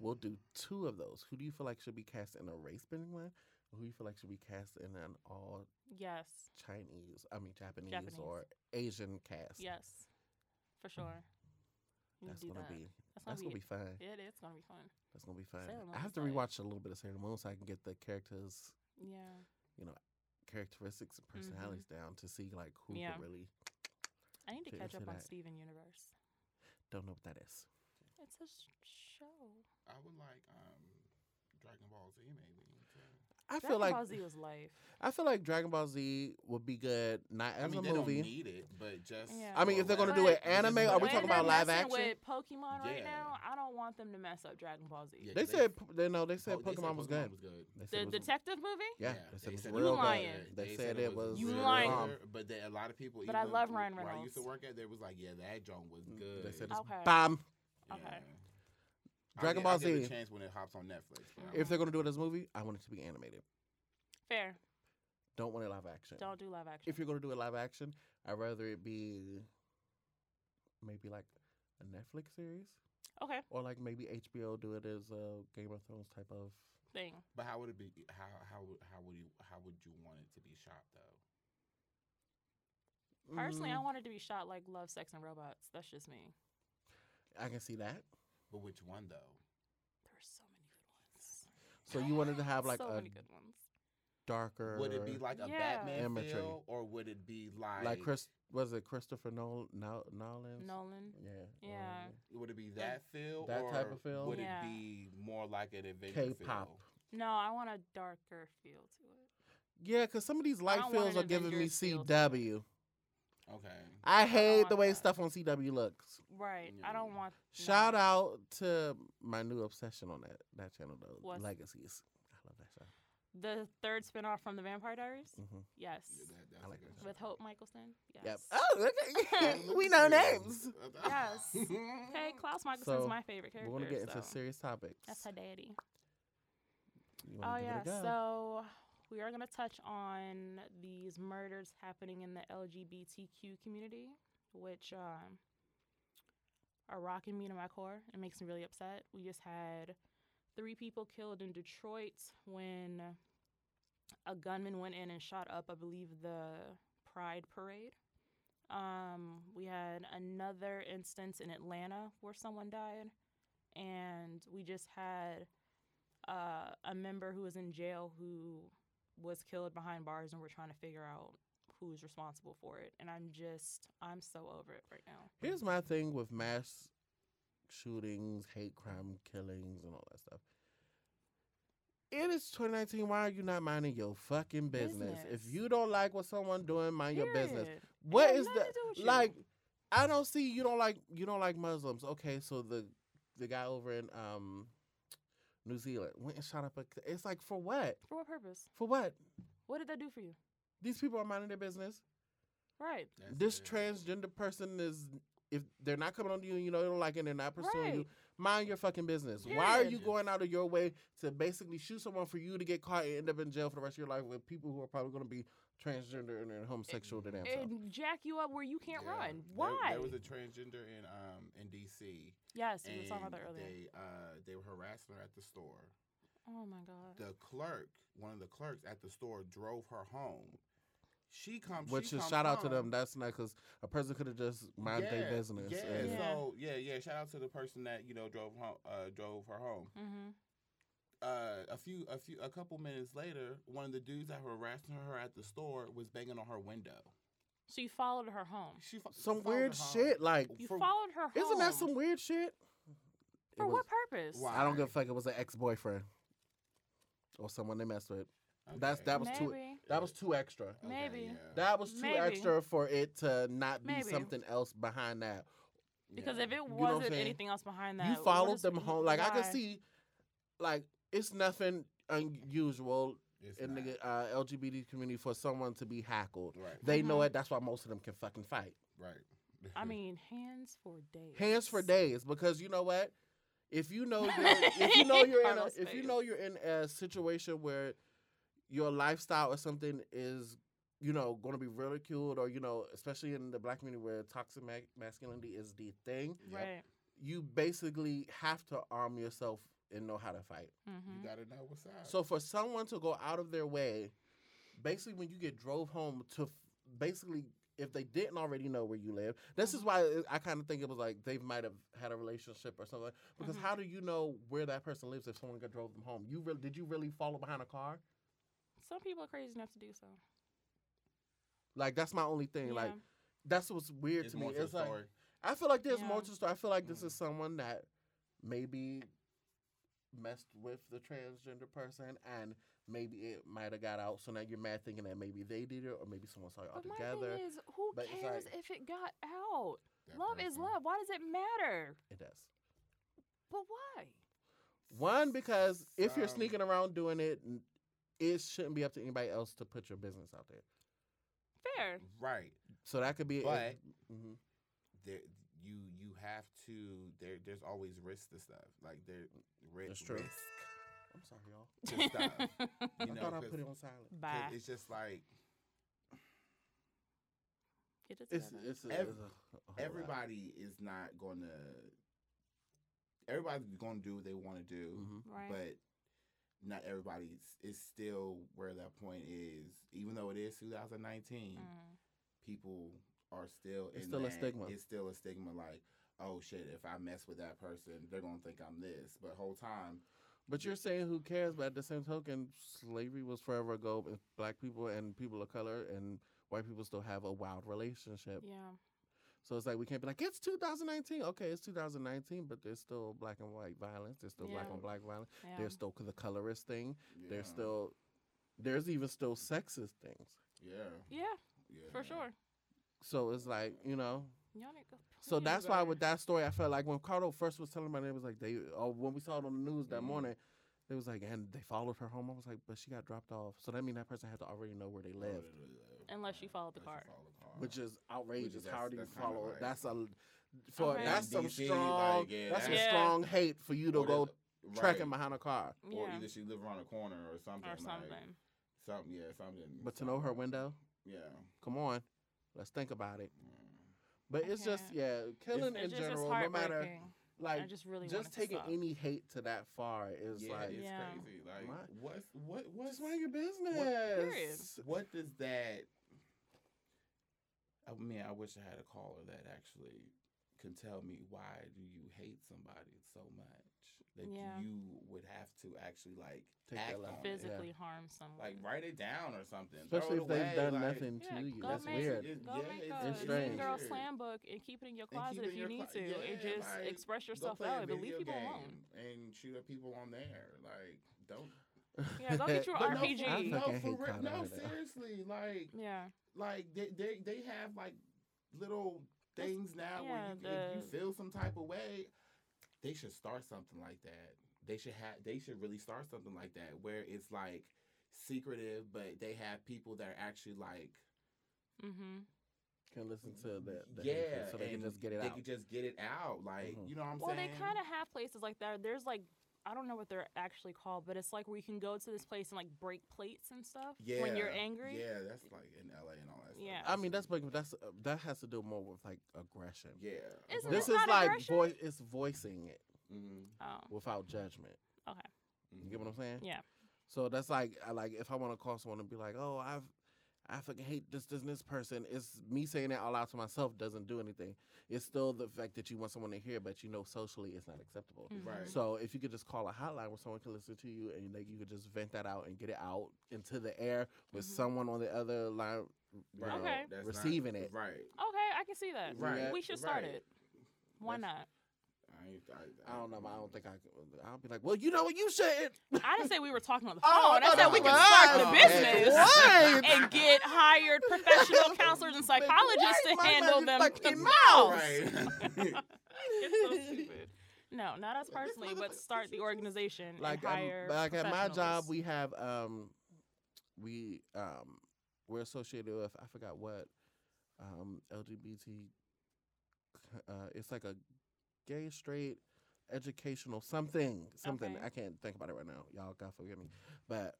B: we'll do two of those. Who do you feel like should be cast in a race bending one? Or who you feel like should be cast in an all
A: Yes.
B: Chinese, I mean Japanese,
A: Japanese.
B: or Asian cast?
A: Yes. For sure. We can
B: Hmm. that's
A: do
B: gonna
A: that.
B: be
A: That's
B: that's gonna be fun.
A: It is gonna be fun.
B: That's gonna be fun.
A: Sailor Moon
B: I have
A: is
B: to
A: like-
B: rewatch a little bit of Sailor Moon so I can get the characters,
A: Yeah.
B: you know, characteristics and personalities down to see like who could
A: Mm-hmm. Yeah.
B: really
A: I need to
B: Fit
A: catch
B: into
A: up on
B: that.
A: Steven Universe.
B: don't know what that is.
A: It's a s- show.
C: I would like um, Dragon Ball Z maybe. too.
B: I
A: Dragon
B: feel like
A: Ball Z was life.
B: I feel like Dragon Ball Z would be good not as
C: I mean,
B: a
C: they
B: movie.
C: don't need it, but just.
A: Yeah.
B: I mean,
C: for
B: if they're gonna
C: laugh.
B: do
A: But
B: an anime,
C: Just
B: are we
A: When
C: better.
B: talking
A: they're
B: about live
A: messing
B: action?
A: With Pokemon right
C: Yeah.
A: now, I don't want them to mess up Dragon Ball Z.
C: Yeah,
B: they,
C: they-
B: said p- they no, they said
C: Oh,
B: Pokemon, was good. They said
A: The
B: it was-
A: detective movie.
B: yeah, they said it was
C: said
A: You
B: real
A: lying.
B: good. They, said, it was
A: You
B: real
A: lying.
B: bomb.
C: But they, a lot of people.
A: But I
C: even
A: love
C: where-
A: Ryan
C: where I used to
A: Reynolds.
C: work at. They was like, yeah, that joint was good.
B: They said it's
A: Okay.
B: bomb.
A: Oh, Okay.
C: I'll
B: Dragon
C: give-
B: Ball
C: I'll give it
B: Z.
C: a chance when it hops on Netflix. but I
A: If
C: don't-
B: If they're gonna do it as a movie, I want it to be animated.
A: Fair.
B: Don't want it live action.
A: Don't do live action.
B: if you're gonna do a live action, I'd rather it be maybe like a Netflix series
A: okay.
B: or like maybe HBO do it as a Game of Thrones type of.
A: Thing.
C: But how would it be? How how would- how would you how would you want it to be shot though?
A: Personally, I
B: Mm,
A: wanted to be shot like Love, Sex, and Robots. That's just me.
B: I can see that.
C: But which one though?
A: There's so many good ones.
B: So you wanted to have like
A: so
B: a
A: many good ones.
B: darker.
C: Would it be like a
A: Yeah.
C: Batman
B: Imagery.
C: feel, or would it be like
B: Uh, like Chris? Was it Christopher Nolan? Nolan?
A: Nolan.
B: Yeah. or-
A: Yeah.
C: Would it be that feel?
B: That type
C: or
B: of feel?
C: Would
A: Yeah.
C: it be more like an adventure
B: K-pop.
C: feel?
A: No, I want a darker feel to it.
B: Yeah, because some of these light
A: don't want
B: films
A: an
B: are giving me
A: Avengers feel to it.
B: CW.
C: Okay.
B: I hate
A: want
B: the way
A: that.
B: stuff on CW looks.
A: Right. I
C: Yeah.
A: don't want.
B: Shout out to my new obsession on that that channel though,
A: What's-
B: Legacies. I love that show.
A: The third spinoff from The Vampire Diaries?
B: hmm
A: Yes.
C: Yeah, that- that's
B: I
C: a
B: like
C: good
B: that.
C: show.
A: With Hope Michelson? Yes.
B: Yep. Oh, okay.
C: Look
B: we
C: at
B: know
C: you.
B: names.
A: Yes. Okay, Klaus Michelson's
B: So,
A: my favorite character.
B: We're gonna get
A: so
B: into serious topics.
A: That's her daddy.
B: You
A: Oh
B: wanna give it
A: yeah,
B: a go?
A: so we are going to touch on these murders happening in the LGBTQ community, which um, are rocking me to my core. It makes me really upset. We just had three people killed in Detroit when a gunman went in and shot up, I believe, the Pride Parade. Um, we had another instance in Atlanta where someone died, and we just had uh, a member who was in jail who was killed behind bars, and we're trying to figure out who's responsible for it. And I'm just, I'm so over it right now.
B: Here's my thing with mass shootings, hate crime killings, and all that stuff. It is 2019. Why are you not minding your fucking business? If
A: Business.
B: you don't like what someone doing, mind your business.
A: Period.
B: What
A: has
B: is
A: nothing
B: the
A: to do with you.
B: like? I don't see you don't like you don't like Muslims. Okay, so the the guy over in um New Zealand went and shot up a. It's like for what?
A: For what purpose?
B: For what?
A: What did that do for you?
B: These people are minding their business.
A: Right.
B: this
C: That's it.
B: transgender person is if they're not coming on to you and you know they don't like it and they're not pursuing
A: right.
B: you mind your fucking business why are you
C: Period.
B: going out of your way to basically shoot someone for you to get caught and end up in jail for the rest of your life with people who are probably going to be transgender and, and homosexual to themselves
A: And jack you up where you can't
C: Yeah.
A: run.
C: There-
A: Why?
C: There, was a transgender in um in DC.
A: yes, we
C: and
A: were talking about that earlier.
C: They uh they were harassing her at the store.
A: oh my god.
C: The clerk, one of the clerks at the store, drove her home. She comes.
B: which
C: she
B: is
C: comes
B: shout out to
C: home.
B: them that's not because a person could have just mind their business
C: Yeah.
B: and
A: Yeah.
C: So yeah, yeah. Shout out to the person that you know drove home, uh, drove her home.
A: mm-hmm.
C: Uh, a few, a few, a couple minutes later, one of the dudes that were harassing her at the store was banging on her window.
A: So you followed her home.
C: She fo-
B: some
C: followed her
B: weird
C: home.
B: shit like
A: You
C: For-
A: followed her home.
B: isn't that some weird shit It
A: For
B: was-
A: what purpose?
C: Why?
B: i don't give a fuck it was an ex-boyfriend or someone they messed with That's that was
A: Maybe.
B: two. That was too extra.
C: Okay,
A: Maybe.
C: yeah.
B: That was too
A: Maybe.
B: extra for it to not be
A: Maybe.
B: something else behind that.
A: Because
C: Yeah.
A: if it
B: know what I'm
A: wasn't
B: saying?
A: anything else behind that,
B: you
A: what
B: followed
A: is-
B: them home. Like I
A: why?
B: can see, like it's nothing unusual
C: It's
B: in
C: not.
B: the uh, LGBT community for someone to be hackled.
C: right,
B: They know
A: Mhm.
B: it. That's why most of them can fucking fight.
C: right.
A: I mean, hands for days.
B: hands for days because you know what if you know you're, if you know you're in a,
A: Carlos
B: if you
A: face.
B: know you're in a situation where your lifestyle or something is you know going to be ridiculed or you know especially in the black community where toxic ma- masculinity is the thing
C: Yep.
A: Right.
B: you basically have to arm yourself and know how to fight
A: Mm-hmm.
C: you gotta know what's up.
B: so for someone to go out of their way basically when you get drove home to f- basically if they didn't already know where you live, this is
A: Mhm.
B: why it- I kind of think it was like they might have had a relationship or something. Because
A: Mhm.
B: how do you know where that person lives if someone got drove them home? You really did you really follow behind a car?
A: Some people are crazy enough to do so.
B: Like that's my only thing.
A: Yeah.
B: Like that's what's weird
C: It's
B: to me.
C: more to the
B: it's like
C: story.
B: I feel like there's
A: Yeah.
B: more to the story. I feel like this
C: Mm.
B: is someone that maybe messed with the transgender person and maybe it might have got out. So now you're mad thinking that maybe they did it or maybe someone saw it all
A: but my
B: together.
A: thing is, who
B: but it's
A: cares
B: like-
A: if it got out?
C: That Mm-hmm.
A: love is
C: person.
A: love. Why does it matter?
B: It does.
A: But why?
B: One, because if you're
C: Some-
B: sneaking around doing it, n- it shouldn't be up to anybody else to put your business out there.
A: Fair.
C: Right,
B: So that could be.
C: but
B: hmm
C: there, you you have to. There, there's always risk to stuff. Like there, ri-
B: That's true.
C: risk.
B: I'm sorry, y'all.
C: Good stuff. You
B: I
C: know,
B: thought I
C: 'cause-
B: put it on silent.
C: 'cause
A: Bye.
C: It's just like
A: Get it
B: It's
A: together.
B: it's, a-
C: Ev-
B: it's a- a whole lot.
C: everybody is not going to. Everybody's going to do what they want to do.
B: Mhm.
A: right.
C: but not everybody's it's still where that point is even though it is 2019
A: Mm.
C: people are still
B: It's
C: in
B: still a
C: that-
B: stigma.
C: it's still a stigma like oh shit if i mess with that person they're gonna think i'm this but whole time
B: But you're saying who cares? But at the same token, slavery was forever ago. and Black people and people of color and white people still have a wild relationship.
A: Yeah.
B: So it's like we can't be like it's 2019. Okay, it's 2019, but there's still black and white violence. There's still black
A: Yeah.
B: on black violence.
A: Yeah.
B: There's still the colorist thing.
C: yeah,
B: There's still there's even still sexist things.
C: yeah
A: yeah,
C: yeah
A: for sure.
B: So it's like, you know.
A: Y'all need to-
B: So
A: y'all need to
B: that's
A: go
B: why
A: there.
B: with that story I felt like when Cardo first was telling about it, it was like they or when we saw it on the news that
C: Mhm.
B: morning, it was like and they followed her home. I was like, but she got dropped off. So that means that person had to already know where they
C: Oh,
B: lived.
C: they live.
A: Unless you
C: Right.
A: followed the
C: Unless you
A: car.
C: follow the car.
B: Which is outrageous.
C: Which is-
B: How
C: that's-
B: do you
C: that's kinda
B: follow
C: like-
B: that's a for
A: Okay.
B: that's some
C: DC, like,
B: strong
C: yeah,
B: that's some
A: that's-
B: strong hate for you to
C: Or
B: go
C: there's-
B: trekking
C: right.
B: behind a car.
C: or
A: Yeah.
C: either she live around a corner or something
A: Or
C: like,
A: something.
C: something yeah something
B: But to know her window,
C: yeah,
B: come on. Let's think about it.
C: yeah.
B: But it's just
A: Okay.
B: yeah, killing
A: It's
B: in
A: just, it's
B: general, no matter
A: heartbreaking.
B: like
A: I just really want
B: just
A: it to
B: taking
A: stop.
B: any hate to that far is
C: yeah,
B: like
C: it's
A: Yeah.
C: crazy. Like,
B: What?
C: what, what,
B: just
C: what's
B: mind your business.
C: what does that? I mean, I wish I had a caller that actually can tell me why do you hate somebody so much that
A: Yeah.
C: you would have to actually like
B: Take
C: act
B: their life.
C: on it.
A: physically harm someone.
C: like write it down or something,
B: Especially
C: Throw
B: if
C: it
B: they've
C: away,
B: done
C: like,
B: nothing
A: Yeah,
B: to you.
A: go
B: That's
A: make-
B: weird.
C: It-
A: Go
C: yeah,
A: make
C: it's-
A: a
B: it's
A: mean
B: strange.
A: girl
C: Weird.
A: slam book and keep it in your
C: keep
A: closet
C: it
A: if
C: in
A: you
C: your
A: need to,
C: clo-
A: and
C: yeah,
A: just
C: like,
A: express
C: Go
A: yourself
C: play
A: out,
C: a
A: but
C: video
A: leave people
C: game
A: alone.
C: and shoot up people on there. Like, don't.
A: Yeah, go get your
C: But no,
A: RPG.
C: for-
B: I
C: No,
B: fucking
C: for
B: hate
C: real.
B: Call
C: No,
B: of Duty.
C: seriously. Like,
A: Yeah,
C: like they they, they have like little
A: That's-
C: things now
A: yeah,
C: where you, if
A: the-
C: you feel some type of way they should start something like that they should have they should really start something like that where it's like secretive but they have people that are actually like
A: mm-hmm.
B: Can listen to that. that
C: yeah
B: hatred so they can
C: and
B: just get it
C: they
B: out.
C: can just get it out like
B: Mhm.
C: you know what i'm
A: Well,
C: saying
A: they kind of have places like that. There's like I don't know what they're actually called, but it's like where you can go to this place and like break plates and stuff
C: yeah
A: when you're angry.
C: yeah that's like in la and all that stuff.
A: Yeah.
B: I mean, that's but that's uh, that has to do more with like aggression.
C: yeah
A: Isn't
B: This
A: it
B: is
A: not
B: like
A: aggression?
B: voice. It's voicing it
C: mm-hmm.
A: Oh,
B: without judgment. You get what I'm saying?
A: Yeah.
B: So that's like, I like if I want to call someone and be like, "Oh, I've, I fucking hate this, this, and this person." It's me saying that out loud to myself doesn't do anything. It's still the fact that you want someone to hear, but you know socially it's not acceptable.
A: mhm.
C: Right.
B: So if you could just call a hotline where someone can listen to you and like you could just vent that out and get it out into the air with
A: Mhm. someone
B: someone on the other line,
C: right
A: Okay.
C: Mm-hmm. That's not-
B: receiving it.
C: right
A: Okay, I can see that.
C: right
A: We should start
C: right.
A: it. Why
C: That's-
A: not?
C: I ain't- I,
B: I don't know. but I don't think I. Could, I'll be like, well, you know what? You said.
A: I didn't say we were talking on the phone.
B: Oh,
A: I
B: no,
A: said
B: no,
A: we
B: no.
A: can start the
C: Oh, okay.
A: business
B: What?
A: and get hired professional counselors and psychologists
B: Wipe
A: to
B: my
A: handle them.
B: motherfucking
A: No.
C: Right.
A: It's so stupid. No, not us
B: This
A: personally, but
B: motherfucker-
A: start the organization
B: like
A: and
B: um,
A: hire
B: like at my job
A: professionals.
B: we have um we um we're associated with I forgot what um LGBT uh it's like a gay straight educational something something
A: Okay.
B: I can't think about it right now y'all God forgive me but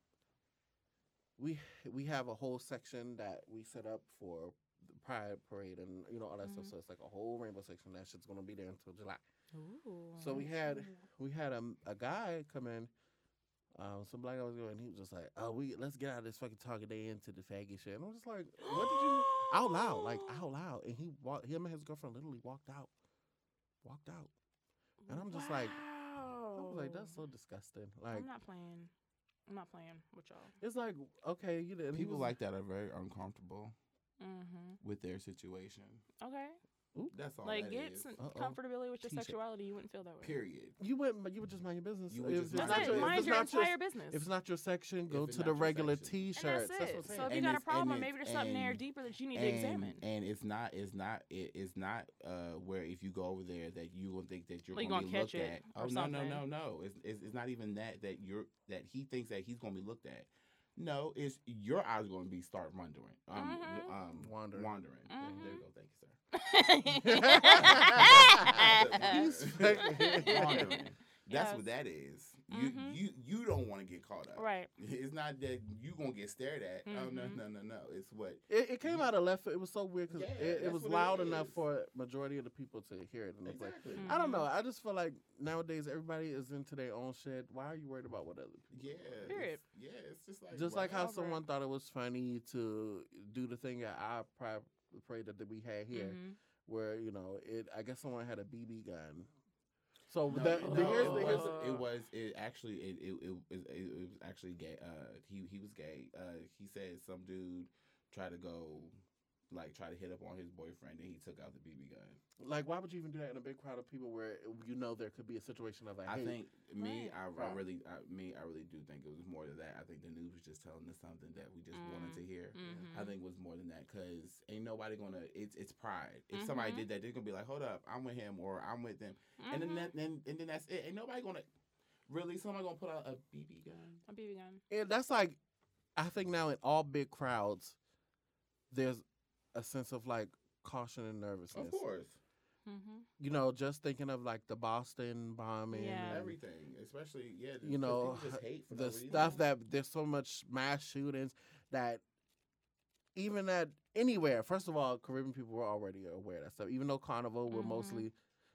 B: we we have a whole section that we set up for the Pride Parade and you know all that stuff
A: Mhm.
B: so it's like a whole rainbow section that shit's gonna be there until July
A: Ooh.
B: so we had we had a, m- a guy come in, um, some black guy was going, and he was just like, "Oh, we let's get out of this fucking talking day into the faggy shit." And I'm just like, "What did you out loud? Like out loud?" And he walked, him and his girlfriend literally walked out, walked out. and I'm just like- I was like,
A: Wow.
B: "That's so disgusting." Like
A: Oh. I'm not playing. I'm not playing with y'all.
B: it's like okay, you didn't. he
C: People
B: was-
C: like that are very uncomfortable
A: Mm-hmm.
C: with their situation.
A: Okay.
C: That's all.
A: like
C: that
A: get
C: is.
A: some
B: Oh, Uh-oh.
A: comfortability with your
B: T-shirt.
A: sexuality. You wouldn't feel that way.
C: Period.
B: you wouldn't, but you would just mind your business.
C: You would
B: If
C: just
B: it's
A: That's it.
B: not
C: Mind your-
B: if
A: Mind
B: it's
A: your
B: not
A: entire
B: your,
A: business.
B: if it's not your section, go
C: If it's
B: to
C: not
B: the
C: your
B: regular
C: section. And
B: T-shirts.
A: and that's,
B: what I'm
A: it.
B: saying.
A: So if you got a
C: And it's- and
A: problem,
C: it's-
A: maybe there's something there
C: and-
A: deeper that you need to
C: and,
A: examine.
C: And it's not, it's not, it, it's not uh, where if you go over there that you will think that you're
A: Well, you
C: going to
A: gonna
C: be
A: catch
C: looked
A: it
C: at.
A: or
C: Oh no, no,
A: something.
C: no, no! It's, it's it's not even that that you're that he thinks that he's going to be looked at. No, it's your eyes going to be start wandering, um,
A: Mhm.
C: um,
B: Wandering.
C: wandering. There- There
A: Mhm.
C: you go. Thank you, sir.
B: He's
C: Wandering. That's
A: Yes.
C: what that is.
A: Mhm.
C: You you you don't want to get caught up.
A: right.
C: It's not that you gonna get stared at. Oh no
A: Mhm.
C: no no no! It's what
B: It, it came out of left. field. It was so weird because
C: Yeah,
B: it, it
C: that's
B: was
C: what it
B: loud enough
C: is.
B: for majority of the people to hear it. And it's like,
C: exactly.
A: Mhm.
B: I don't know. I just feel like nowadays everybody is into their own shit. Why are you worried about what other people?
C: Yeah.
A: Period.
C: it's- Yeah, it's just like
B: Just like
C: what?
B: how
A: Over it.
B: someone thought it was funny to do the thing at our private parade that we had here,
A: Mhm.
B: where you know it. I guess someone had a BB gun.
A: Oh.
B: So
C: No,
B: the,
C: no,
B: the, here's
C: it,
B: the here's
C: was,
B: the,
A: the-
C: it was it actually it it, it, was, it, it was actually gay. Uh, he he was gay. Uh, he said some dude tried to go like try to hit up on his boyfriend and he took out the BB gun.
B: like why would you even do that in a big crowd of people where you know there could be a situation of like
C: I
B: hey,
C: think me
A: Right.
C: I, I
B: Right.
C: really I, me I really do think it was more than that. I think the news was just telling us something that we just wanted to hear. I
A: Mhm.
C: think it was more than that because ain't nobody gonna. It's it's pride. If somebody
A: Mhm.
C: did that, they're gonna be like, "Hold up, I'm with him" or "I'm with them," and then
A: Mhm.
C: that, then and then that's it. Ain't nobody gonna really somebody gonna put out a BB gun.
A: a BB gun.
B: And that's like, I think now in all big crowds, there's a sense of like caution and nervousness.
C: Of course,
A: Mm-hmm.
B: You know, just thinking of like the Boston bombing,
A: Yeah.
B: and
C: everything, especially yeah, the-
B: You know,
C: 'cause people just hate for no
B: the
C: reason.
B: stuff that there's so much mass shootings that even at anywhere, first of all, Caribbean people were already aware of that stuff. Even though Carnival were
A: Mhm.
B: mostly,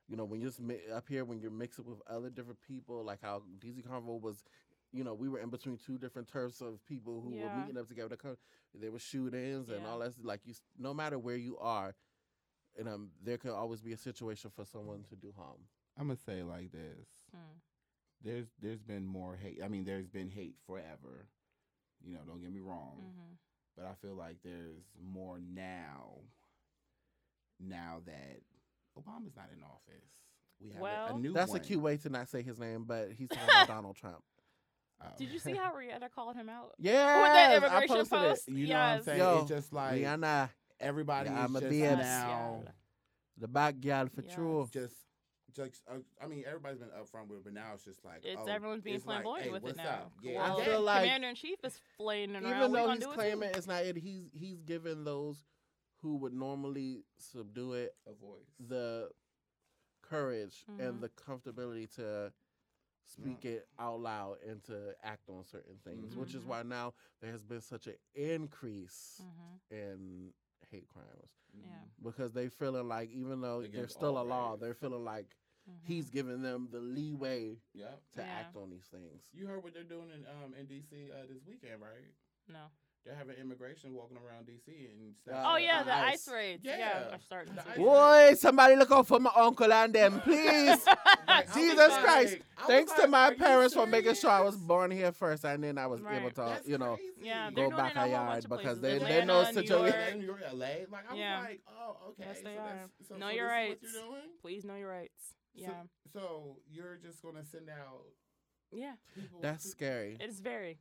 B: you know, when you're just mi- up here, when you're mixing with other different people, like how DZ Carnival was, you know, we were in between two different turfs of people who were
A: Yeah.
B: meeting up together. to come- There were shootings and
A: Yeah.
B: all that. Like you, s- no matter where you are, and um, there could always be a situation for someone to do harm.
C: I'm gonna say it like this:
A: Mm.
C: there's there's been more hate. I mean, there's been hate forever. You know, don't get me wrong.
B: Oh.
A: Mhm.
C: but I feel like there's more now. Now that Obama's not in office, we have a- a,
A: Well-
C: new.
B: That's
C: one.
B: a cute way to not say his name, but he's talking about Donald Trump.
C: Oh.
A: Did you see how Rihanna called him out?
B: Yeah, I
A: immigration
B: posted
A: post?
B: it.
C: You know what
A: Yes.
C: I'm saying?
B: Yo,
C: it's just like
B: Rihanna,
C: everybody
B: Yeah,
C: is
B: I'ma
C: just
B: be in it.
C: now.
B: the back gal for
A: Yes.
B: true.
C: Just, just. Uh, I mean, everybody's been upfront with it, but now it's just like
A: It's
C: oh,
A: everyone's being
C: it's like,
A: flamboyant
C: hey,
A: with it
C: what's
A: now.
C: Up? Yeah,
B: Well,
A: While
B: I feel like-
A: Commander in Chief is flaying around.
B: Even
A: we
B: though
A: gonna
B: he's
A: do it
B: claiming
A: too.
B: it's not it, he's he's giving those who would normally subdue it
C: a voice.
B: the courage
A: Mhm.
B: and the comfortability to speak it out loud and to act on certain things, which is
A: Mhm.
B: why now there has been such an increase
A: Mhm.
B: in hate crimes
A: Yeah.
B: because they feeling like even though there's
C: Against
B: still a
C: all
B: law,
C: race.
B: they're feeling like
A: Mhm.
B: he's giving them the leeway
C: Yep.
B: to
A: Yeah.
B: act on these things.
C: You heard what they're doing in um in DC uh, this weekend, right?
A: no.
C: They're having immigration walking around DC and
B: Uh,
A: Oh yeah,
B: uh,
A: the ice,
B: ice.
A: raids. Yeah,
C: Yeah.
A: I'm starting
C: The
A: to.
C: ice
A: see
C: raids.
A: that.
B: Boy, somebody look out for my uncle and them, please.
C: Like, I was
B: Jesus
C: like-
B: Christ.
C: I was
B: Thanks to
C: like,
B: my
C: are you
B: parents for making sure I was
C: serious?
B: born here first, and then I was
A: Right.
B: able to,
C: That's
B: you know.
C: crazy.
A: Yeah,
B: Go
A: they're doing it
B: back
A: in a whole
B: high
A: bunch
B: yard
A: of
B: because
A: places.
B: they-
A: Atlanta,
B: they know
A: New
B: situation-
A: York.
C: Atlanta, New York, LA. Like I was
A: Yeah.
C: like, oh, okay.
A: Yes,
C: so
A: they
C: that's-
A: are.
C: So,
A: Know
C: so
A: your
C: this is
A: rights.
C: What you're doing?
A: Please know your rights. Yeah.
C: So you're just gonna send out
A: yeah.
C: people.
B: That's
C: to-
B: scary.
A: It's very.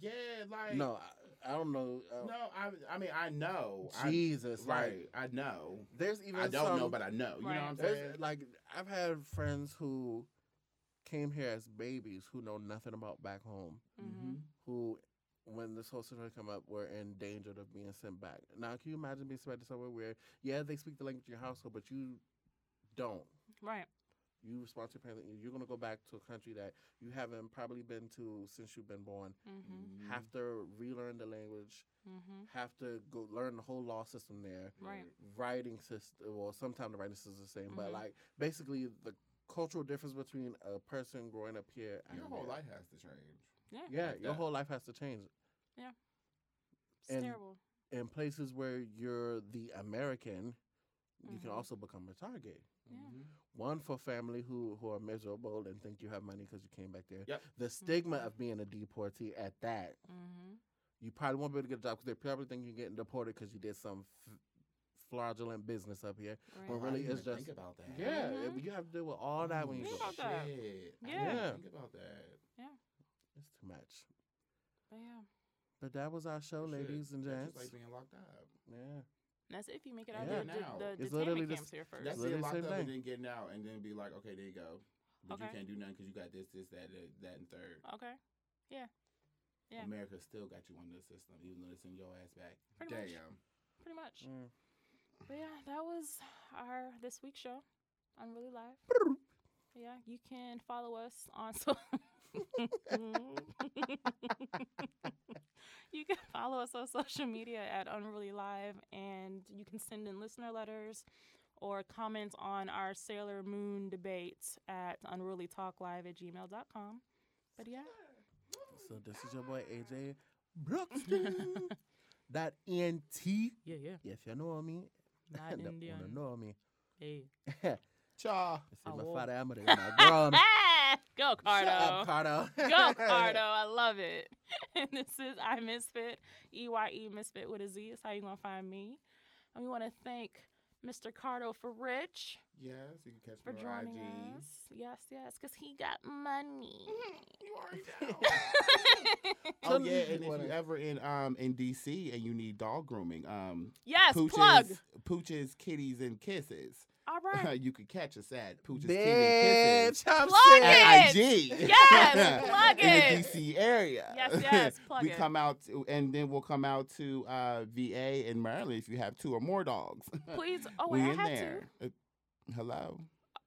C: yeah, like
B: No, I, I don't know. uh,
C: no. I, I mean, I know. I,
B: Jesus,
C: right.
B: like
C: I know.
B: there's even
C: I don't
B: some,
C: know, but I know. You know what I'm
A: Right.
C: saying?
B: there's, like I've had friends who came here as babies who know nothing about back home,
A: hmm
C: Mm-hmm.
B: who when this whole situation come up were endangered of being sent back. Now, can you imagine being sent back to somewhere where yeah they speak the language in your household, but you don't.
A: Right.
B: You respond to your parents. You're gonna go back to a country that you haven't probably been to since you've been born.
A: Mm-hmm.
C: Mhm.
B: Have to relearn the language.
A: Mm-hmm.
B: Have to go learn the whole law system there.
A: Right.
B: writing system. Well, sometimes the writing system is the same, but
C: Mm-hmm.
A: Mhm.
B: like basically the cultural difference between a person growing up here and
C: Your whole
B: there.
C: life has to change.
B: Yeah,
C: like
B: your
C: that.
B: whole life has to change.
A: It's
B: And-
A: terrible.
B: In places where you're the American, you can
A: Mhm.
B: also become a target.
A: Yeah.
C: Mm-hmm.
B: One for family who who are miserable and think you have money because you came back there.
C: Yep.
B: The stigma of being a deportee at that,
A: Mm-hmm.
B: you probably won't be able to get a job because they probably think you're getting deported because you did some f- fraudulent business up here.
A: Right.
B: Well,
C: I
B: really,
C: didn't
B: it's
C: even
B: just-
C: think about that.
B: Yeah,
A: Mhm.
B: you have to deal with all that when you
A: Think
B: go.
A: about
C: Mm-hmm.
B: back.
A: that.
C: Shit. I
A: Yeah.
C: didn't
B: Yeah.
C: Think about that.
B: It's too much.
A: But yeah.
B: But that was our show,
C: Shit.
B: ladies and
C: That's
B: gents.
C: just like being locked up.
B: yeah.
A: And that's if you make it out
B: Yeah.
A: the,
C: Now.
A: the, the
B: It's literally
A: detainment
B: just-
A: camps here first.
C: That's
B: Literally
C: being locked
B: same
C: up and
B: thing.
C: then getting out and then be like, okay, there you go. But you
A: Okay.
C: can't do nothing because you got this, this, that, that, that and third.
A: Okay. Yeah.
C: America still got you under the system, even though they send your ass back.
A: Pretty much.
C: Damn.
A: Pretty much.
B: Mm.
A: But yeah, that was our this week's show on Really Live. Yeah, you can follow us on so. you can follow us on social media at Unruly Live, and you can send in listener letters or comments on our Sailor Moon debate at unrulytalklive at gmail.com. But yeah,
B: So this is your boy AJ Broxton. that ENT.
A: yeah, yeah,
B: If you know me,
A: not
B: that wanna
A: Indian.
B: know me.
A: Hey,
C: Cha.
B: I say my
A: will.
B: father, I'm gonna my girl.
A: ah, go
B: Shut
A: Cardo.
B: up, Cardo.
A: Go, Cardo. I love it. And this is I Misfit, E Y E Misfit with a Z. That's how you going to find me. And we want to thank Mr. Cardo for Rich
C: Yes, you can catch
A: for
C: me on
A: joining
C: IG.
A: us. Yes, yes, because he got money.
C: You already know. oh yeah, and if you ever in um in DC and you need dog grooming, um
A: yes, plug.
C: Pooches, Kitties, and Kisses.
A: All right.
C: you could catch us at Pooches, Kitties, and Kisses.
B: Bitch, I'm
A: Plug
B: sick.
A: it.
C: at IG.
A: Yes, plug
C: In
A: it.
C: the DC area.
A: Yes, yes, plug
C: we
A: it.
C: come out to, and then we'll come out to uh, VA in Maryland if you have two or more dogs.
A: Please. Oh,
C: we
A: wait, I
C: in
A: have
C: there. Uh, hello.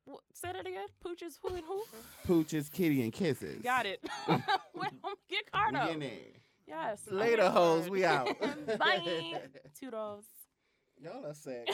A: to. Wh- Say that again. Pooches, who and who?
C: Pooches, Kitty, and Kisses.
A: got it. Wait, I'm get
C: We in
A: Cardo.
C: there.
A: Yes. I'm
B: Later,
A: getting
B: hoes.
A: card.
B: We out.
A: Bye. Toodles.
B: Y'all are sick.